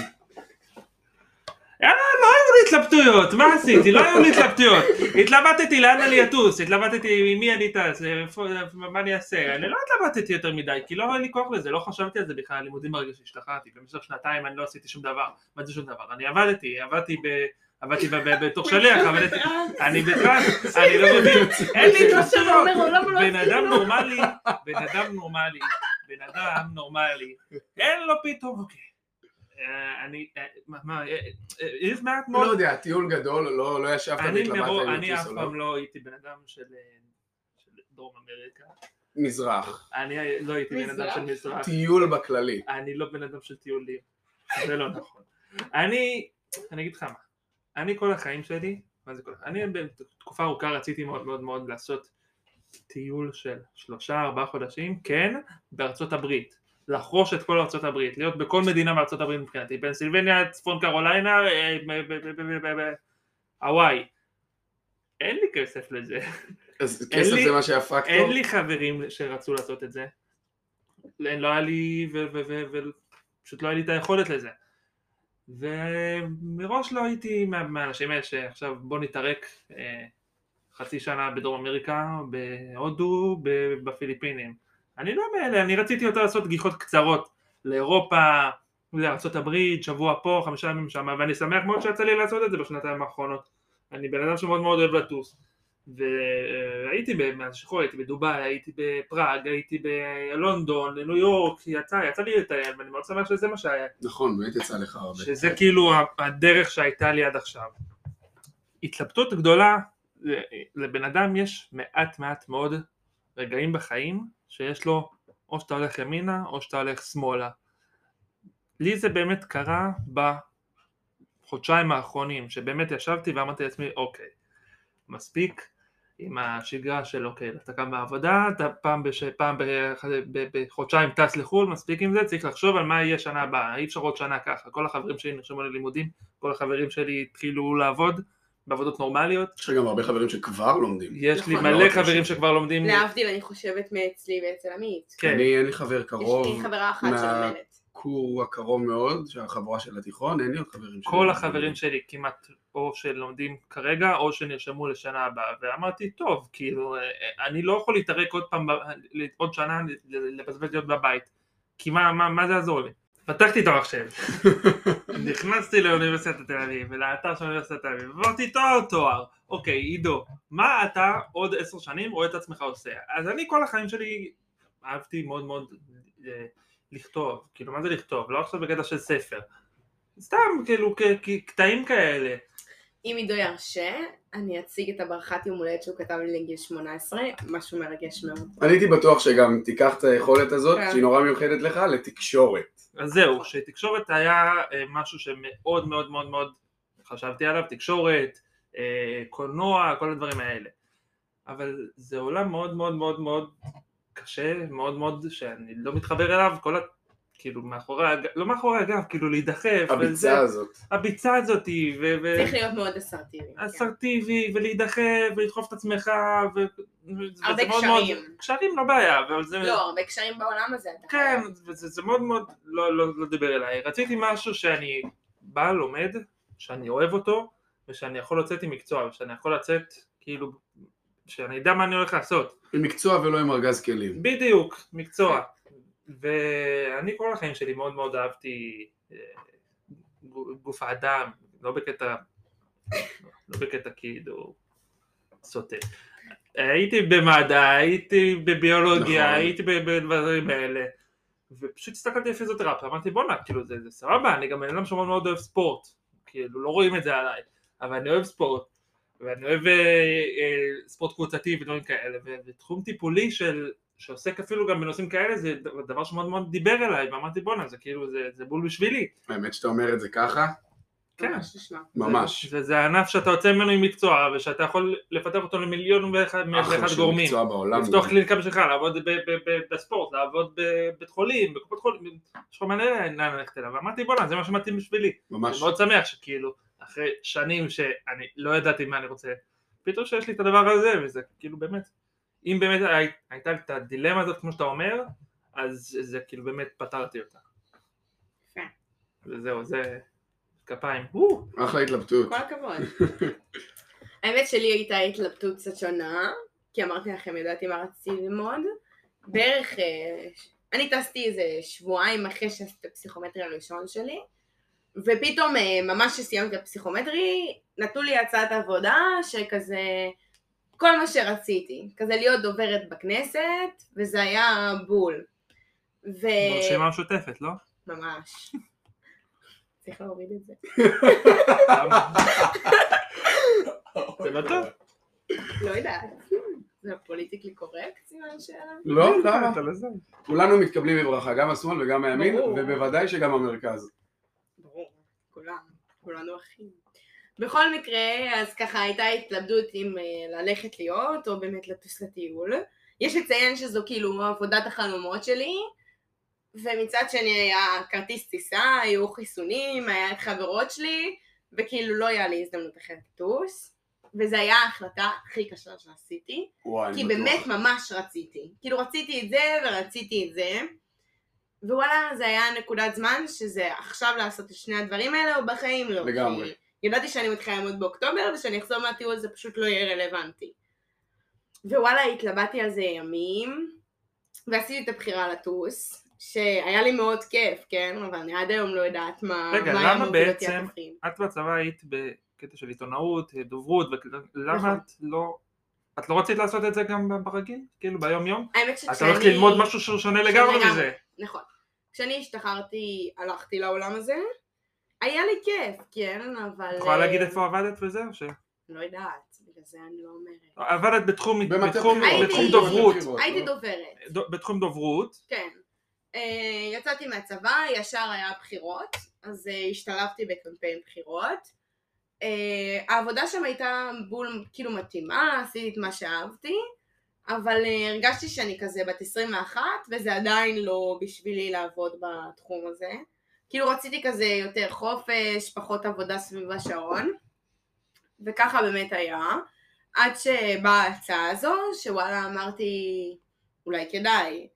יאללה, לא היו לי התלבטויות, מה עשיתי? לא היו לי התלבטויות. התלבטתי לאן אני אטוס, התלבטתי עם מי אני טס, איפה- מה אני אעשה. אני לא התלבטתי יותר מדי, כי לא היה לי כוח לזה, לא חשבתי על זה בכלל, הלימודים ברגע שהשתחררתי. במשך שנתיים אני לא עשיתי שום דבר, מה זה שום דבר? אני עבדתי, עבדתי ב... עבדתי ב- ב- לא בתור שליח, עבדתי... אני בטרנס, אני לא מבין, אין לי כמו שאתה התלבטויות. אומר, עולם לא בן עשיתי אדם כלום. נורמלי, בן אדם נורמלי, בן אדם נורמלי, אין לו פתאום, אוקיי. אה, אני, אה, מה, מה, אה, אה, יש מעט מאוד, לא יודע, טיול גדול, לא לא ישבת אני והתלבטת מרוב, אם אני לטוס אף או לא. פעם לא הייתי בן אדם של אה, של דרום אמריקה, מזרח, אני לא הייתי בן אדם של מזרח, טיול בכללי. אני לא בן אדם של טיולים, זה לא נכון. אני, אני אגיד לך מה, אני כל החיים שלי, מה זה כל החיים, אני בתקופה ארוכה רציתי מאוד מאוד מאוד לעשות טיול של שלושה ארבעה חודשים, כן, בארצות הברית, לחרוש את כל ארצות הברית, להיות בכל מדינה בארצות הברית מבחינתי, פנסילבניה, צפון קרוליינה, אה, ב- ב- ב- ב- ב- ב- הוואי. אין לי כסף לזה, אז אין כסף לי- זה מה שהיה פקטור? אין לי חברים שרצו לעשות את זה. אין- לא היה לי, ו... ו... ו... ו... פשוט לא היה לי את היכולת לזה. ומראש לא הייתי מה- מהאנשים האלה שעכשיו בוא נתערק אה, חצי שנה בדרום אמריקה, בהודו, ב- בפיליפינים. אני לא מאלה, אני רציתי יותר לעשות גיחות קצרות לאירופה, לארה"ב, שבוע פה, חמישה ימים שמה, ואני שמח מאוד שיצא לי לעשות את זה בשנתיים האחרונות. אני בן אדם שמאוד מאוד אוהב לטוס. והייתי ב- מאז שחור, הייתי בדובאי, הייתי בפראג, הייתי בלונדון, לניו יורק, יצא, יצא לי לטייל, ואני מאוד שמח שזה מה שהיה, נכון, באמת יצא לך הרבה. שזה כאילו ה- הדרך שהייתה לי עד עכשיו. התלבטות גדולה, ל- לבן אדם יש מעט מעט מאוד רגעים בחיים שיש לו או שאתה הולך ימינה או שאתה הולך שמאלה. לי זה באמת קרה בחודשיים האחרונים, שבאמת ישבתי ואמרתי לעצמי, אוקיי, מספיק עם השגרה של אוקיי, אתה קם בעבודה, אתה פעם, בש... פעם ב... ב... בחודשיים טס לחו"ל, מספיק עם זה, צריך לחשוב על מה יהיה שנה הבאה, אי אפשר עוד שנה ככה, כל החברים שלי נרשמו ללימודים, כל החברים שלי התחילו לעבוד בעבודות נורמליות, יש לך גם הרבה חברים שכבר לומדים. יש לי נכון, מלא מאוד חברים חשוב. שכבר לומדים, לא." להבדיל, אני חושבת מאצלי ואצל עמית. כן, אני, אין לי חבר יש קרוב, לי חברה אחת מה- שלומדת. קור הקרוב מאוד, שהחבורה של התיכון, אין לי עוד חברים כל שלומדים. החברים שלי כמעט או שלומדים כרגע או שנרשמו לשנה הבאה ואמרתי טוב כאילו אה, אני לא יכול להתערק עוד פעם ב- עוד שנה לבזבז להיות בבית כי מה, מה, מה זה יעזור לי? פתחתי את המחשב נכנסתי לאוניברסיטת תל אביב ולאתר של אוניברסיטת תל אביב אמרתי תואר תואר אוקיי עידו מה אתה עוד עשר שנים רואה את עצמך עושה אז אני כל החיים שלי אהבתי מאוד מאוד אה, לכתוב, כאילו מה זה לכתוב? לא עכשיו בקטע של ספר. סתם, כאילו, כ- כ- קטעים כאלה. אם עידו ירשה, אני אציג את הברכת יום הולדת שהוא כתב לי לגיל 18, משהו מרגש מאוד. כן. אני הייתי בטוח שגם תיקח את היכולת הזאת, כן. שהיא נורא מיוחדת לך, לתקשורת. אז נכון. זהו, שתקשורת היה אה, משהו שמאוד מאוד מאוד מאוד חשבתי עליו, תקשורת, אה, קולנוע, כל הדברים האלה. אבל זה עולם מאוד מאוד מאוד מאוד קשה, מאוד מאוד שאני לא מתחבר אליו, כל ה... כאילו מאחורי הגב, לא מאחורי הגב, כאילו להידחף. וזה- הביצה הזאת. הביצה הזאתי, ו... ו- צריך להיות מאוד אסרטיבי. כן. אסרטיבי, ולהידחף, ולדחוף את עצמך, ו... וזה הרבה מאוד מאוד- קשרים. קשרים לא בעיה, אבל זה... לא, הרבה קשרים בעולם הזה. אתה כן, חייב. וזה זה מאוד מאוד לא, לא, לא דיבר אליי. רציתי משהו שאני בא, לומד, שאני אוהב אותו, ושאני יכול לצאת עם מקצוע, ושאני יכול לצאת, כאילו, שאני אדע מה אני הולך לעשות. עם מקצוע ולא עם ארגז כלים. בדיוק, מקצוע. ואני כל החיים שלי מאוד מאוד אהבתי אה, גו- גוף האדם, לא בקטע, לא בקטע כאילו סוטה. הייתי במדע, הייתי בביולוגיה, נכון. הייתי ב- בדברים האלה. ופשוט הסתכלתי על פיזיותרפיה, אמרתי בואנה, כאילו זה, זה סבבה, אני גם בן אדם שמאוד מאוד אוהב ספורט, כאילו לא רואים את זה עליי, אבל אני אוהב ספורט, ואני אוהב אה, אה, ספורט קבוצתי ודברים כאלה, ו- ותחום טיפולי של, שעוסק אפילו גם בנושאים כאלה, זה ד- דבר שמאוד מאוד דיבר אליי, ואמרתי בואנה, זה כאילו, זה, זה בול בשבילי, האמת שאתה אומר את זה ככה, כן. ממש נשמע. ממש. זה, זה, זה ענף שאתה יוצא ממנו עם מקצוע, ושאתה יכול לפתח אותו למיליון ואחד אחלה ואחד של גורמים. מקצוע לא? בעולם. לפתוח גם. קליניקה בשבילך, לעבוד ב- ב- ב- בספורט, לעבוד בבית חולים, בקופות חולים, יש לך מלא לאן ללכת אליו, ואמרתי בואנה זה מה שמתאים בשבילי, אני ממש. מאוד שמח שכאילו אחרי שנים שאני לא ידעתי מה אני רוצה, פתאום שיש לי את הדבר הזה וזה כאילו באמת, אם באמת הי- הייתה לי את הדילמה הזאת כמו שאתה אומר, אז זה כאילו באמת פתרתי אותה. יפה. וזהו זה כפיים, וואו, אחלה התלבטות. כל הכבוד. האמת שלי הייתה התלבטות קצת שונה, כי אמרתי לכם, ידעתי מה רציתי ללמוד. בערך, אה, ש- אני טסתי איזה שבועיים אחרי שעשיתי את הפסיכומטרי הראשון שלי, ופתאום, אה, ממש כשסיימתי את הפסיכומטרי, נתנו לי הצעת עבודה שכזה, כל מה שרציתי, כזה להיות דוברת בכנסת, וזה היה בול. ו... אה, ברשימה משותפת לא? ממש. צריך להוריד את זה. זה לא טוב? לא יודעת. זה פוליטיקלי קורקט, סימן שאלה? לא, למה? אתה לא זה. כולנו מתקבלים בברכה, גם השמאל וגם הימין, ברור. ובוודאי שגם המרכז. ברור, כולם, כולנו אחים. בכל מקרה, אז ככה הייתה התלבטות אם אה, ללכת להיות או באמת לטוס לטיול. יש לציין שזו כאילו עבודת החלומות שלי, ומצד שני היה כרטיס טיסה, היו חיסונים, היה את חברות שלי, וכאילו לא היה לי הזדמנות אחרת לטוס, וזו הייתה ההחלטה הכי קשה שעשיתי. וואי, אני כי בטוח. באמת ממש רציתי. כאילו רציתי את זה ורציתי את זה. ווואלה, זה היה נקודת זמן שזה עכשיו לעשות את שני הדברים האלה, או בחיים לא. לגמרי. כי ידעתי שאני מתחילה ללמוד באוקטובר, ושאני אחזור מהטיול זה פשוט לא יהיה רלוונטי. ווואלה, התלבטתי על זה ימים, ועשיתי את הבחירה לטוס, שהיה לי מאוד כיף, כן? אבל אני עד היום לא יודעת מה... רגע, מה היה למה מוביל אותי בעצם- התפקיד. את בצבא היית בקטע של עיתונאות, דוברות, וכאילו, למה נכון. את לא... את לא רצית לעשות את זה גם ברגיל? כאילו ביום יום? האמת שכשאני... את הולכת ללמוד משהו שהוא שונה לגמרי לגמרי. מזה. נכון. כשאני השתחררתי, הלכתי לעולם הזה. היה לי כיף, כן, אבל... את יכולה להגיד אה, איפה עבדת וזהו? ש- לא יודעת, בגלל זה אני לא אומרת. עבדת בתחום במטה בתחום- בחירות. לא. בתחום הייתי- דוברות. הייתי דוברת, ד- בתחום דוברות. כן. אה, יצאתי מהצבא, ישר היה בחירות, אז אה, השתלבתי בקמפיין בחירות. אה, העבודה שם הייתה בול כאילו מתאימה, עשיתי את מה שאהבתי, אבל אה, הרגשתי שאני כזה בת 21, וזה עדיין לא בשבילי לעבוד בתחום הזה. כאילו רציתי כזה יותר חופש, פחות עבודה סביב השעון, וככה באמת היה. עד שבאה ההצעה הזו, שוואלה אמרתי, אולי כדאי.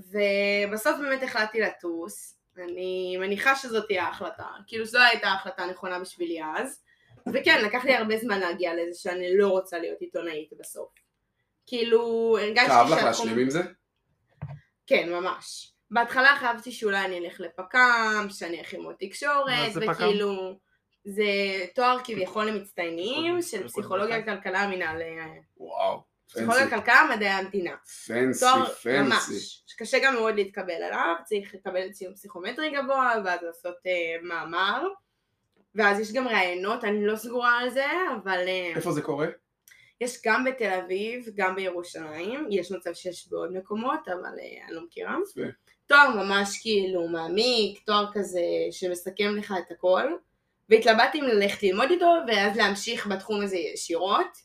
ובסוף באמת החלטתי לטוס, אני מניחה שזאת תהיה ההחלטה, כאילו זו הייתה ההחלטה הנכונה בשבילי אז, וכן, לקח לי הרבה זמן להגיע לזה שאני לא רוצה להיות עיתונאית בסוף. כאילו, הרגשתי כאב לך להשלים עם זה? כן, ממש. בהתחלה חשבתי שאולי אני אלך לפק"ם, שאני אלך ללמוד מה תקשורת, זה פק"ם? וכאילו... זה תואר כביכול למצטיינים קודם- של קודם פסיכולוגיה, אחד. כלכלה, מינהל אה, וואו. פסיכולוגיה, פנסי. כלכלה, מדעי המדינה. פנסי, תואר פנסי. ממש, שקשה גם מאוד להתקבל אליו, צריך לקבל ציון פסיכומטרי גבוה, ואז לעשות אה, מאמר, ואז יש גם ראיונות, אני לא סגורה על זה, אבל אה, איפה זה קורה? יש גם בתל אביב, גם בירושלים, יש מצב שיש בעוד מקומות, אבל אה, אני לא מכירה. יפה. תואר ממש כאילו מעמיק, תואר כזה שמסכם לך את הכל, והתלבטתי אם ללכת ללמוד איתו, ואז להמשיך בתחום הזה ישירות,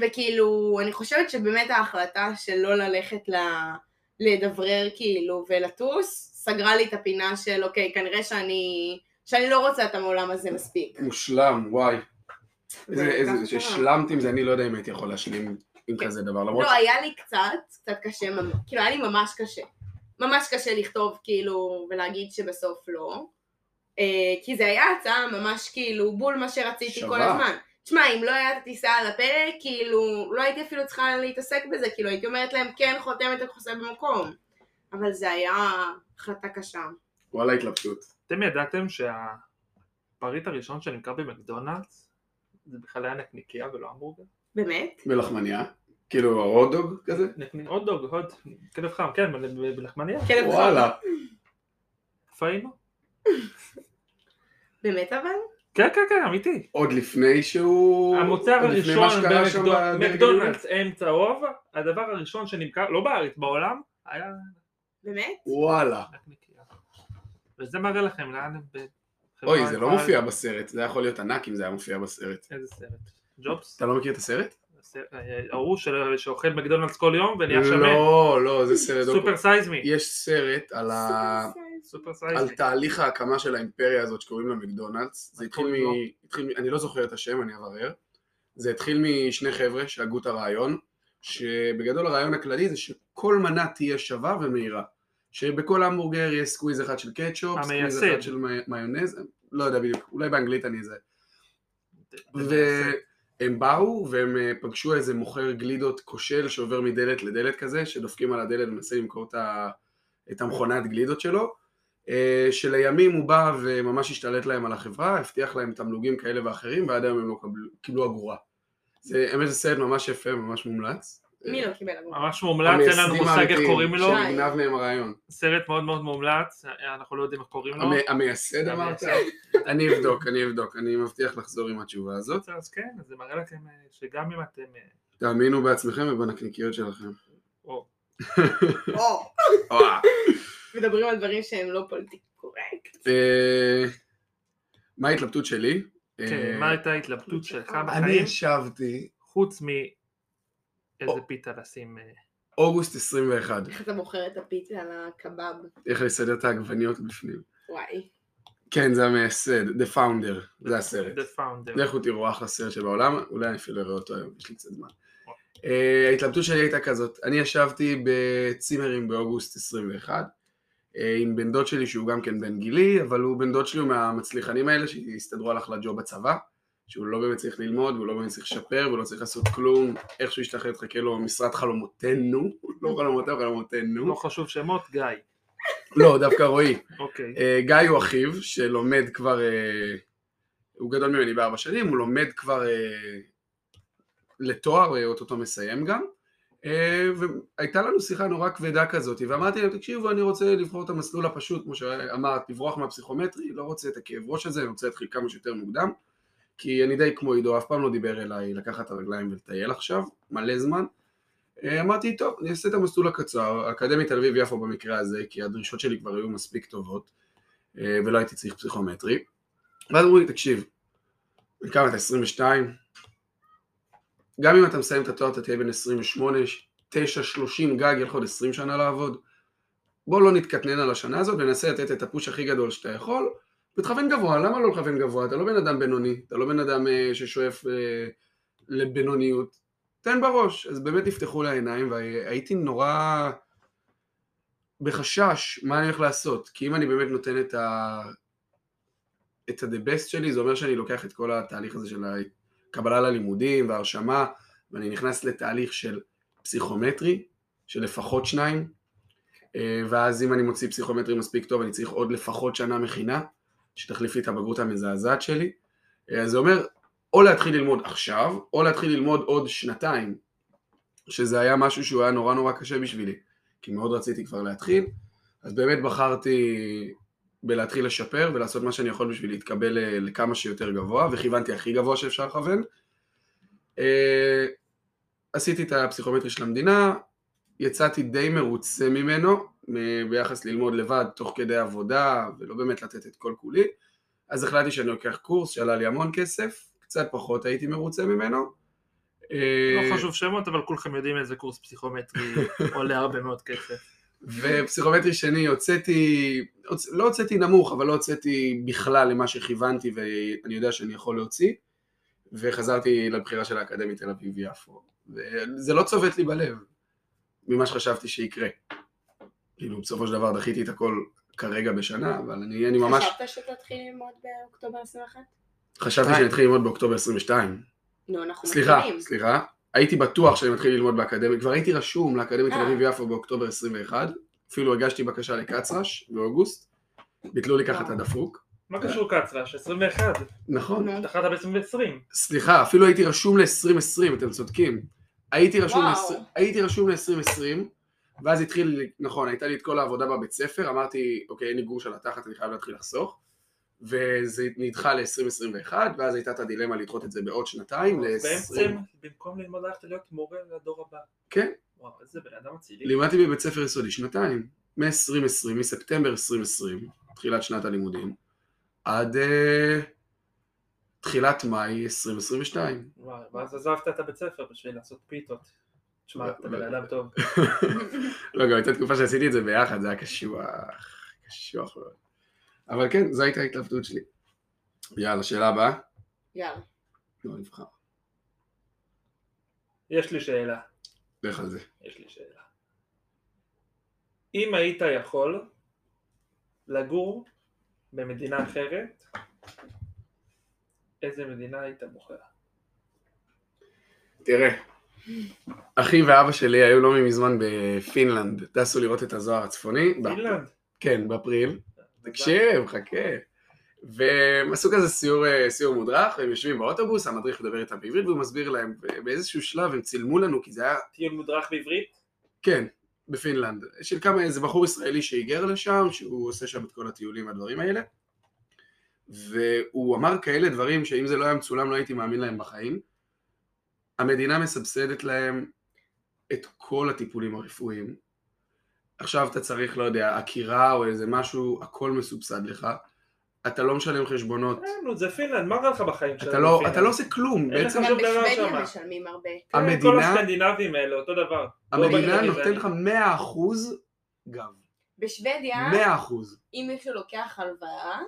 וכאילו, אני חושבת שבאמת ההחלטה שלא ללכת ל... לדברר כאילו ולטוס, סגרה לי את הפינה של אוקיי, כנראה שאני, שאני לא רוצה את המעולם הזה מספיק. מושלם, וואי. איזה, וככה איזה, קרה. שהשלמת עם זה, אני לא יודע אם הייתי יכול להשלים עם כזה דבר, למרות לא, היה לי קצת, קצת קשה, ממ- כאילו היה לי ממש קשה. ממש קשה לכתוב כאילו ולהגיד שבסוף לא. אה, כי זה היה הצעה ממש כאילו בול מה שרציתי שווה. כל הזמן. תשמע, אם לא היה את הטיסה על הפרק, כאילו, לא הייתי אפילו צריכה להתעסק בזה, כאילו הייתי אומרת להם כן חותמת על חוסה במקום. אבל זה היה החלטה קשה. וואלה התלבטות. אתם ידעתם שהפריט הראשון שנמכר במקדונלדס זה בכלל היה נקניקיה ולא המבורגר? באמת? ולחמניה, כאילו הרודוג כזה. נקניק- עוד דוג, עוד כלב חם, כן, ב- ב- בלחמניה. כן, וואלה. איפה היינו? באמת אבל? כן, כן, כן, אמיתי. עוד לפני שהוא... המוצר עוד לפני מה הראשון שקרה שם בברגר יוניקס. במקדונלדס אין צהוב, הדבר הראשון שנמכר, לא בארץ, בעולם, היה באמת? וואלה. נקניקיה. וזה מראה לכם לאן הם... בחברה אוי, זה לא יפה. מופיע בסרט, זה היה יכול להיות ענק אם זה היה מופיע בסרט. איזה סרט? ג'ובס? אתה לא מכיר את הסרט? הסרט- ההוא של- שאוכל מקדונלדס כל יום ונהיה שמן. לא, לא, זה סרט... דוקו. סופר סייזמי. יש סרט על ה... סופר על סייזמי. תהליך ההקמה של האימפריה הזאת שקוראים לה מקדונלדס. זה התחיל מ... קוראים לו? התחיל מ- אני לא זוכר את השם, אני אברר. זה התחיל משני חבר'ה שהגו את הרעיון, שבגדול הרעיון הכללי זה שכל מנה תהיה שווה ומהירה. שבכל המבורגר יש סקוויז אחד של קטשופ, סקוויז המייסד. אחד של מי- מיונז, לא יודע בדיוק, אולי באנגלית אני זה. והם באו והם אה, פגשו איזה מוכר גלידות כושל שעובר מדלת לדלת כזה, שדופקים על הדלת ומנסה למכור את ה- את המכונת גלידות שלו, אה, שלימים הוא בא וממש השתלט להם על החברה, הבטיח להם תמלוגים כאלה ואחרים, ועד היום הם לא קבלו- קיבלו אגורה. זה האמת זה סרט ממש יפה, ממש מומלץ. מי לא קיבל עבור? ממש מומלץ, אין לנו המייסדים מושג איך האמיתיים, קוראים לו. שי. שנגנב מהם הרעיון. סרט מאוד מאוד מומלץ, אנחנו לא יודעים איך קוראים לו. המ- המייסד אמרת? אני אבדוק, אני אבדוק, אני מבטיח לחזור עם התשובה הזאת. אז כן, אז זה מראה לכם אה, שגם אם אתם... אה, תאמינו בעצמכם ובנקניקיות שלכם. או, או, וואו. מדברים על דברים שהם לא פוליטיקלי קורקט. אה, מה ההתלבטות שלי? כן, אה, מה הייתה ההתלבטות שלך אני בחיים, ישבתי חוץ מאיזה או. פיתה לשים... אה, אוגוסט 21, איך אתה מוכר את הפיצה על הקבב? איך לסדר את העגבניות בפנים. וואי. כן, זה המייסד, The Founder, זה הסרט. The Founder. לכו תראו אחלה סרט שבעולם, אולי אני אפילו אראה אותו היום, יש לי קצת זמן. אה, ההתלבטות שלי הייתה כזאת, אני ישבתי בצימרים באוגוסט 21, אה, עם בן דוד שלי שהוא גם כן בן גילי, אבל הוא בן דוד שלי הוא מהמצליחנים האלה שהסתדרו על אחלה ג'וב בצבא, שהוא לא באמת צריך ללמוד, והוא לא באמת צריך לשפר, והוא לא צריך לעשות כלום, איך שהוא ישתחרר תחכה לו משרד חלומותינו, לא חלומותינו, לא חלומותינו, חשוב שמות, גיא. לא, דווקא רועי, אוקיי. אה, גיא הוא אחיו, שלומד כבר, אה, הוא גדול ממני בארבע שנים, הוא לומד כבר אה, לתואר, אה, אוטוטו מסיים גם, אה, והייתה לנו שיחה נורא כבדה כזאת, ואמרתי להם, תקשיבו, אני רוצה לבחור את המסלול הפשוט, כמו שאמרת, לברוח מהפסיכומטרי, לא רוצה את הכאב ראש הזה, אני רוצה להתחיל כמה שיותר מוקדם, כי אני די כמו עידו, אף פעם לא דיבר אליי לקחת את הרגליים ולטייל עכשיו, מלא זמן. אה, אמרתי, טוב, אני אעשה את המסלול הקצר, אקדמי תל אביב-יפו במקרה הזה, כי הדרישות שלי כבר היו מספיק טובות. אה, ולא הייתי צריך פסיכומטרי. ואז אמרו לי, תקשיב, בן כמה אתה? 22? גם אם אתה מסיים את התואר אתה תהיה בן 28, 9, 30 גג, יהיה לך עוד 20 שנה לעבוד. בוא לא נתקטנן על השנה הזאת וננסה לתת את הפוש הכי גדול שאתה יכול, ותכוון גבוה, למה לא לכוון גבוה? אתה לא בן אדם בינוני, אתה לא בן אדם אה, ששואף אה, לבינוניות. תן בראש. אז באמת נפתחו לה עיניים והייתי נורא... בחשש מה אני הולך לעשות, כי אם אני באמת נותן את ה... את ה-the best שלי, זה אומר שאני לוקח את כל התהליך הזה של הקבלה ללימודים וההרשמה, ואני נכנס לתהליך של פסיכומטרי, של לפחות שניים, אה, ואז אם אני מוציא פסיכומטרי מספיק טוב, אני צריך עוד לפחות שנה מכינה, שתחליף לי את הבגרות המזעזעת שלי. אה, אז זה אומר, או להתחיל ללמוד עכשיו, או להתחיל ללמוד עוד שנתיים. שזה היה משהו שהוא היה נורא נורא קשה בשבילי, כי מאוד רציתי כבר להתחיל, אז באמת בחרתי בלהתחיל לשפר ולעשות מה שאני יכול בשביל להתקבל אה, לכמה שיותר גבוה, וכיוונתי הכי גבוה שאפשר לכוון. אה, עשיתי את הפסיכומטרי של המדינה, יצאתי די מרוצה ממנו, מ- ביחס ללמוד לבד תוך כדי עבודה, ולא באמת לתת את כל כולי, אז החלטתי שאני לוקח קורס שעלה לי המון כסף, קצת פחות הייתי מרוצה ממנו. אה, לא חשוב שמות, אבל כולכם יודעים איזה קורס פסיכומטרי עולה הרבה מאוד כסף. ופסיכומטרי שני הוצאתי, הוצ- לא הוצאתי נמוך, אבל לא הוצאתי בכלל למה שכיוונתי ואני יודע שאני יכול להוציא, וחזרתי לבחירה של האקדמית תל אביב יפו. זה לא צובט לי בלב ממה שחשבתי שיקרה. כאילו בסופו של דבר דחיתי את הכל כרגע בשנה, אבל אני, אני ממש חשבת שתתחיל ללמוד באוקטובר 21? חשבתי שאני אתחיל ללמוד באוקטובר 22. נו, לא, אנחנו סליחה, מתחילים. סליחה. הייתי בטוח שאני מתחיל ללמוד באקדמיה, כבר הייתי רשום לאקדמיה תל אה. אביב יפו באוקטובר 21, אפילו הגשתי בקשה לקצרש באוגוסט, ביטלו לי ככה את וואו. הדפוק. מה קשור קצרש? 21. נכון. נו. דחת בעצם ב-20. סליחה, אפילו הייתי רשום ל-2020, אתם צודקים. הייתי רשום וואו. ל- הייתי רשום ל-2020, ואז התחיל, לי- נכון, הייתה לי את כל העבודה בבית ספר, אמרתי, אוקיי, אין לי גור של התחת, אני חייב להתחיל לחסוך. וזה נדחה ל-2021, ואז הייתה את הדילמה לדחות את זה בעוד שנתיים, אוקיי. ל-20. בעצם, במקום ללמוד הלכת להיות מורה לדור הבא. כן. וואו, איזה בן אדם אצילי. לימדתי בבית ספר יסודי שנתיים, מ-2020, מספטמבר 2020, תחילת שנת הלימודים, עד אה, תחילת מאי 2022. וואי, ואז עזבת את הבית ספר בשביל לעשות פיתות. תשמע, אתה בן אדם טוב. לא, גם הייתה תקופה שעשיתי את זה ביחד, זה היה קשוח, קשוח מאוד. אבל כן, זו הייתה ההתלבטות שלי. יאללה, שאלה הבאה? יאללה. לא נבחר. יש לי שאלה. לך על זה. יש לי שאלה. אם היית יכול לגור במדינה אחרת, איזה מדינה היית בוחר? תראה, אחי ואבא שלי היו לא מזמן בפינלנד, טסו לראות את הזוהר הצפוני. פינלנד. כן, באפריל. תקשיב, חכה. והם עשו כזה סיור, אה, סיור מודרך, והם יושבים באוטובוס, המדריך מדבר איתם בעברית והוא מסביר להם, ובאיזשהו שלב הם צילמו לנו, כי זה היה, טיול מודרך בעברית? כן, בפינלנד, של כמה, איזה בחור ישראלי שהיגר לשם, שהוא עושה שם את כל הטיולים והדברים האלה, והוא אמר כאלה דברים שאם זה לא היה מצולם לא הייתי מאמין להם בחיים. המדינה מסבסדת להם את כל הטיפולים הרפואיים. עכשיו אתה צריך, לא יודע, עקירה או איזה משהו, הכל מסובסד לך. אתה לא משלם חשבונות. אה, נו, זה פינלנד, מה רע לך בחיים אתה לא, בפינלנד? אתה לא עושה כלום, אין בעצם לך גם שום דבר בשוודיה שמה. משלמים הרבה. כן, כל המדינה- הסקנדינבים האלה, אותו דבר. המדינה לא, נותנת לך 100% גב, בשוודיה, 100%. אם מישהו לוקח הלוואה,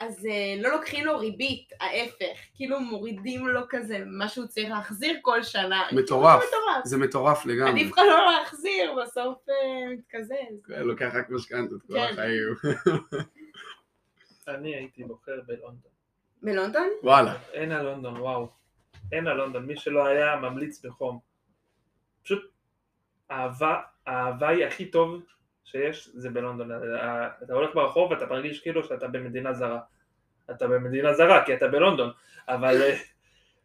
אז אה, לא לוקחים לו ריבית, ההפך. כאילו מורידים לו כזה מה שהוא צריך להחזיר כל שנה. מטורף. כאילו, זה מטורף. זה מטורף לגמרי. עדיף לך לא להחזיר, בסוף אה, מתקזז. כן, לוקח רק משכנתות כל כן. החיים. אני הייתי בוחר בלונדון. בלונדון? וואלה. אין על לונדון, וואו. אין על לונדון, מי שלא היה ממליץ בחום. פשוט אהבה, האהבה היא הכי טוב שיש, זה בלונדון. אה, אתה הולך ברחוב ואתה מרגיש כאילו שאתה במדינה זרה. אתה במדינה זרה, כי אתה בלונדון, אבל אה,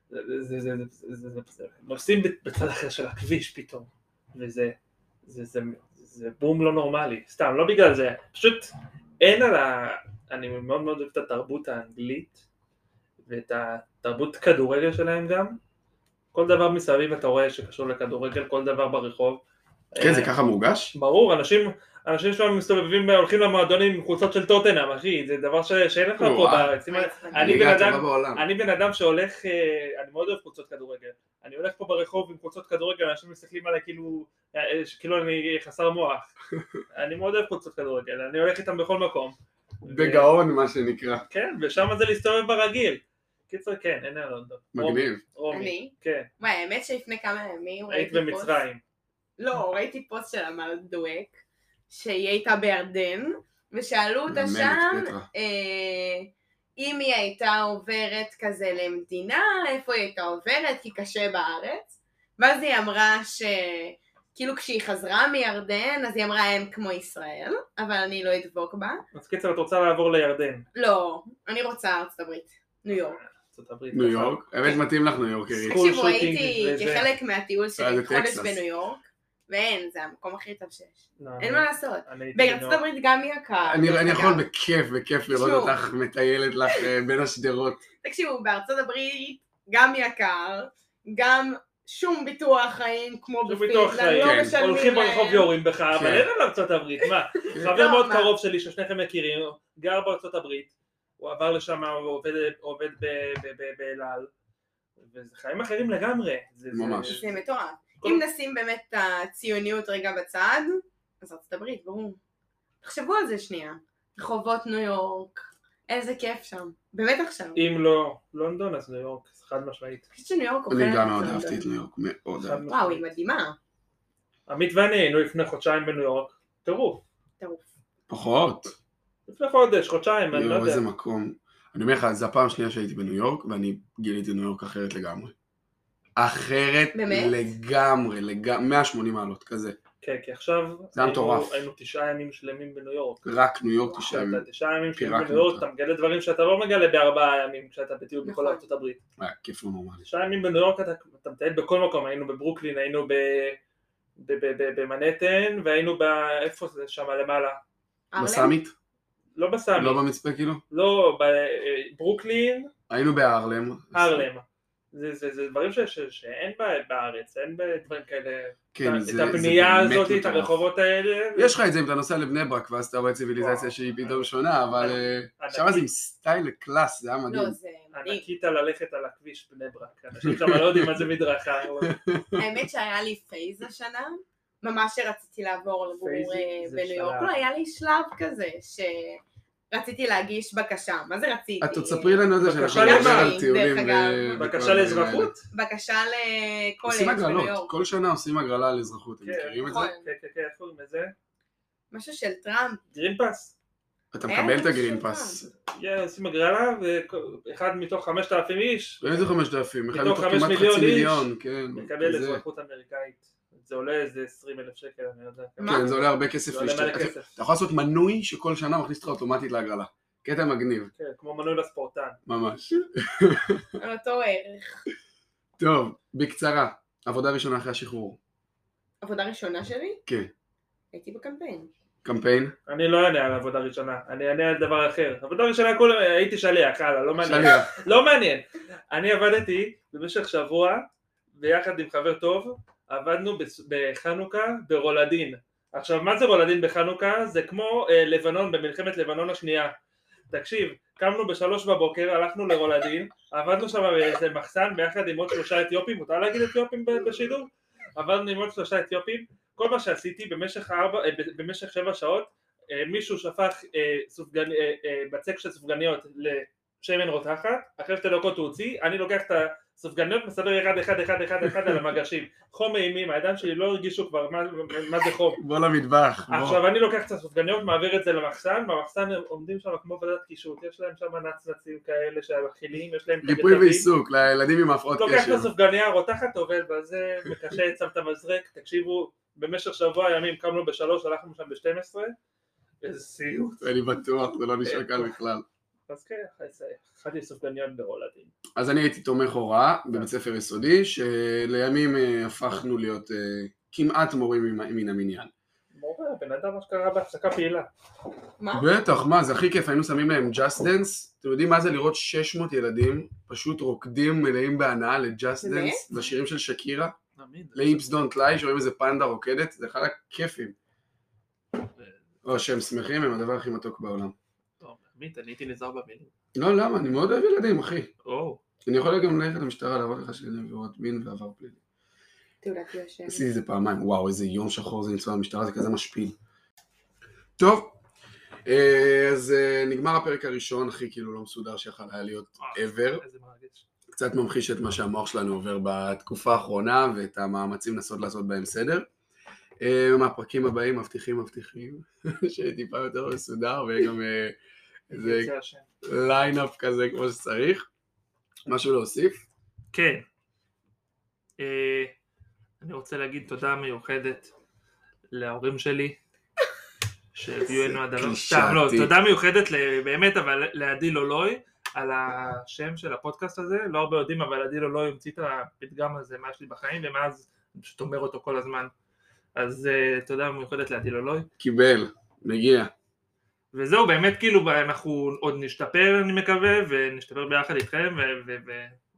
זה- זה- זה- זה- זה- זה- זה- נוסעים בצד אחר של הכביש פתאום, וזה זה- זה- זה בום לא נורמלי, סתם, לא בגלל זה, פשוט אין על ה... אני מאוד מאוד אוהב את התרבות האנגלית, ואת התרבות כדורגל שלהם גם. כל דבר מסביב אתה רואה שקשור לכדורגל, כל דבר ברחוב. כן, זה אה, ככה מורגש? ברור, אנשים, אנשים שם מסתובבים, הולכים למועדונים עם חולצות של טוטנאם, אחי, זה דבר ש... שאין לך פה וואו. בארץ. אם- אני הליגה בן הטובה אדם- לא אה, בעולם. אני בן אדם שהולך, אה, אני מאוד אוהב חולצות כדורגל. אני הולך פה ברחוב עם חולצות כדורגל, אנשים מסתכלים עליי כאילו, אה, אה, כאילו אני חסר מוח. אני מאוד אוהב חולצות כדורגל, אני הולך איתם בכל מקום. בגאון, מה שנקרא. כן, ושם זה להסתובב ברגיל. קיצר, כן, אין על לונדון. מגניב. רומי, רומי, אני? כן, וואי, לא האמת שלפני כמה ימים היית ראיתי פוסט... במצרים. לא, ראיתי פוסט של עמל דואק, שהיא הייתה בירדן, ושאלו אותה מהממת, שם, פטרה. אה, אם היא הייתה עוברת כזה למדינה, איפה היא הייתה עוברת, כי קשה בארץ. ואז היא אמרה ש... כאילו כשהיא חזרה מירדן, אז היא אמרה אין כמו ישראל, אבל אני לא אדבוק בה. אז קיצר, את רוצה לעבור לירדן. לא, אני רוצה ארצות הברית, ניו יורק. ארצות בארצות הברית. נכון? ניו יורק, האמת מתאים לך ניו יורקרית. סקול תקשיבו, שוטינג הייתי וזה. כחלק מהטיול אה, שלי זה חודש טקסס. בניו יורק, ואין, זה המקום הכי טוב שיש. לא, אין אני- אה. מה לעשות. אני הייתי בניו בארצות יורק. הברית גם יקר. לא. אני דרך אני אגב. יכול בכיף, בכיף לראות שוב. אותך מטיילת לך אה, בין השדרות. תקשיבו, בארצות הברית גם יקר, גם שום ביטוח חיים כמו שום בפינלנד, ביטוח חיים. לא כן. משלמים הולכים ברחוב להם. יורים בך, אבל כן. אין על ארצות הברית, מה? חבר לא, מאוד מה? קרוב שלי ששניכם מכירים, גר בארצות הברית, הוא עבר לשם, הוא עובד, עובד ב- ב- ב- באל על, וזה חיים אחרים לגמרי. זה- זה- ממש. זה מטורף. כל- אם נשים באמת את הציוניות רגע בצד, אז ארצות הברית, ברור. תחשבו על זה שנייה. רחובות ניו יורק, איזה כיף שם. באמת עכשיו. אני אם לא לונדון, אז ניו יורק, חד משמעית. חושבת שניו יורק אני אוכלת גם את מאוד לונדון. אהבתי את ניו יורק, מאוד חד אהבתי. משמעית. וואו, היא לא- מדהימה. עמית ואני היינו לפני חודשיים בניו יורק, טירוף. פחות. לפני חודש, חודשיים, אני לא יואו, יודע. איזה מקום. אני אומר לך, זו הפעם השנייה שהייתי בניו יורק, ואני גיליתי ניו יורק אחרת לגמרי. אחרת באמת? לגמרי, לגמרי, 180 מעלות, כזה. כן, כי עכשיו זה היה היינו- מטורף. היינו תשעה ימים שלמים בניו יורק. רק ניו יורק תשעה ימים. כשאתה תשעה ימים שלמים פירקנו בניו יורק, אותה. אתה מגלה דברים שאתה לא מגלה בארבעה ימים כשאתה בטיול בכל נכון. ארצות הברית. היה כיף לא נורמלי. תשעה ימים בניו יורק אתה, אתה מטייל בכל מקום, היינו בברוקלין, היינו ב, ב, ב, ב, במנהטן, והיינו ב... איפה זה שם למעלה? ארלם? בסאמיט? לא בסמי, לא לא, במצפה כאילו? לא בברוקלין, היינו בארלם. ארלם. זה, זה, זה דברים ש, ש, שאין בה- בארץ, אין בדברים כאלה. כן, את זה זה באמת הבנייה הזאת, את מטורף. הרחובות האלה. יש לך את זה אם אתה נוסע לבני ברק ואז אתה רואה ציוויליזציה וואו. לא. שהיא פתאום שונה, אבל אה, ענקית. שם זה עם סטייל קלאס, זה היה מדהים. לא, זה מדהים. ענקית ללכת על הכביש בני ברק, אנשים שם לא יודעים מה זה מדרכה, אבל האמת שהיה לי פייז השנה, ממש שרציתי לעבור לגור פייז אה, זה בניו יורק, שלב. לא, היה לי שלב כזה שרציתי להגיש בקשה, מה זה רציתי? את עוד ספרי לנו את זה בבקשה שאנחנו נדבר למה? על טיולים. דרך ו- אגב. בקשה וכל הדברים לאזרחות? האלה. בקשה לקולג' עושים בניו הגרלות, יורק. כל שנה עושים הגרלה על אזרחות, אתם כן, מכירים את זה? נכון. כן, כן, כן, איך קוראים לזה? משהו של טראמפ, גרין פאס. אתה אין, מקבל את זה הגרין פשוט פאס. יא, עושים הגרלה, ואחד מתוך 5,000 איש איזה חמש דפים, אחד מתוך מתוך חמש כמעט מיליון חצי איש, מיליון, כן. מקבל כזה. אזרחות אמריקאית. זה עולה איזה 20 אלף שקל, אני לא יודע. מה? כן, זה עולה הרבה כסף זה עולה מלא להשתתף. כסף. אתה יכול לעשות מנוי שכל שנה מכניס אותך אוטומטית להגרלה. קטע מגניב, כן, כמו מנוי לספורטן. ממש. על אותו ערך. טוב, בקצרה, עבודה ראשונה אחרי השחרור. עבודה ראשונה שלי? כן. הייתי בקמפיין. קמפיין? אני לא אענה על עבודה ראשונה, אני אענה על דבר אחר. עבודה ראשונה, כול- הייתי שליח, הלאה, לא מעניין. שליח. לא מעניין. אני עבדתי במשך שבוע, ביחד עם חבר טוב, עבדנו בס- בחנוכה ברולדין. עכשיו, מה זה רולדין בחנוכה? זה כמו אה, לבנון, במלחמת לבנון השנייה. תקשיב, קמנו בשלוש בבוקר, הלכנו לרולדין, עבדנו שם באיזה מחסן ביחד עם עוד שלושה אתיופים, מותר להגיד אתיופים ב- בשידור? עבדנו עם עוד שלושה אתיופים, כל מה שעשיתי במשך, ארבע, אה, ב- במשך שבע שעות, אה, מישהו שפך אה, סופגני, אה, אה, בצק של סופגניות ל- שמן רותחת, אחרי שתי דקות הוא הוציא, אני לוקח את הסופגניות, מסדר אחד אחד אחד אחד אחד על המגשים. חום אימים, הידיים שלי לא הרגישו כבר מה, מה זה חום. בוא למטבח, בוא. עכשיו אני לוקח את הסופגניות, מעביר את זה למחסן, במחסן הם עומדים שם כמו ועדת קישוט, יש להם שם נצנצים כאלה שמכילים, יש להם את ריפוי הגטבים. ועיסוק, לילדים עם הפרעות לוקח את קשר. הסופגניה, רותחת, עובד בזה, מקשט, שם את המזרק, תקשיבו, במשך שבוע ימים קמנו בשלוש, הלכנו שם ב-12, איזה סיוט. אני בטוח, זה לא נשאר כאן בכלל. אז כן, אכלתי סופגניות ברולדים. אז אני הייתי תומך הוראה בבית ספר יסודי, שלימים אה, הפכנו להיות אה, כמעט מורים מן- מן המניין. מורה, בן אדם אשכרה בהפסקה פעילה. מה? בטח, מה, זה הכי כיף, היינו שמים להם ג'אסט דנס, אתם יודעים מה זה לראות 600 ילדים פשוט רוקדים מלאים בהנאה לג'אסט באמת? דנס, לשירים של שקירה, מאמין. לאיפס דונט ליי, שרואים איזה פנדה רוקדת, זה אחד הכיפים. או שהם שמחים, הם הדבר הכי מתוק בעולם. עמית, לא, אני הייתי נזהר במילים. לא. לא, למה, אני מאוד אוהב ילדים, אחי. או, אני יכול גם ללכת למשטרה להראות לך שאני עבירות מין ועבר פלילי. תעודת יושר. עשיתי את זה פעמיים, וואו, איזה יום שחור זה לנסוע במשטרה, זה כזה משפיל. טוב, אה, אז אה, נגמר הפרק הראשון, הכי כאילו לא מסודר שיכול היה להיות ever. אה, איזה מרגש. קצת ממחיש את מה שהמוח שלנו עובר בתקופה האחרונה, ואת המאמצים לנסות לעשות בהם סדר. אה, מהפרקים הבאים מבטיחים מבטיחים, שיהיה טיפה יותר מסודר, ויהיה גם אה, איזה יצא השם. ליינאפ כזה כמו שצריך. משהו להוסיף? כן. אה, אני רוצה להגיד תודה מיוחדת להורים שלי, שהביאו איזה לנו עד הלום. קלישאתי. סתם, לא, תודה מיוחדת ל- באמת, אבל לעדי לולוי, על השם של הפודקאסט הזה, לא הרבה יודעים, אבל עדילו לא המציא את הפתגם הזה, מה יש לי בחיים, ומאז אני פשוט אומר אותו כל הזמן. אז אה, תודה מיוחדת לעדילו לוי. קיבל, מגיע. וזהו, באמת כאילו, אנחנו עוד נשתפר, אני מקווה, ונשתפר ביחד איתכם, ו... ו, ו,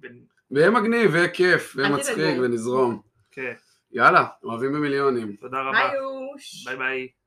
ו ויהיה מגניב, ויהיה כיף, ויהיה אל מצחיק, תדאגו. ונזרום. כן, יאללה, אוהבים במיליונים. תודה רבה. היוש. ביי ביי.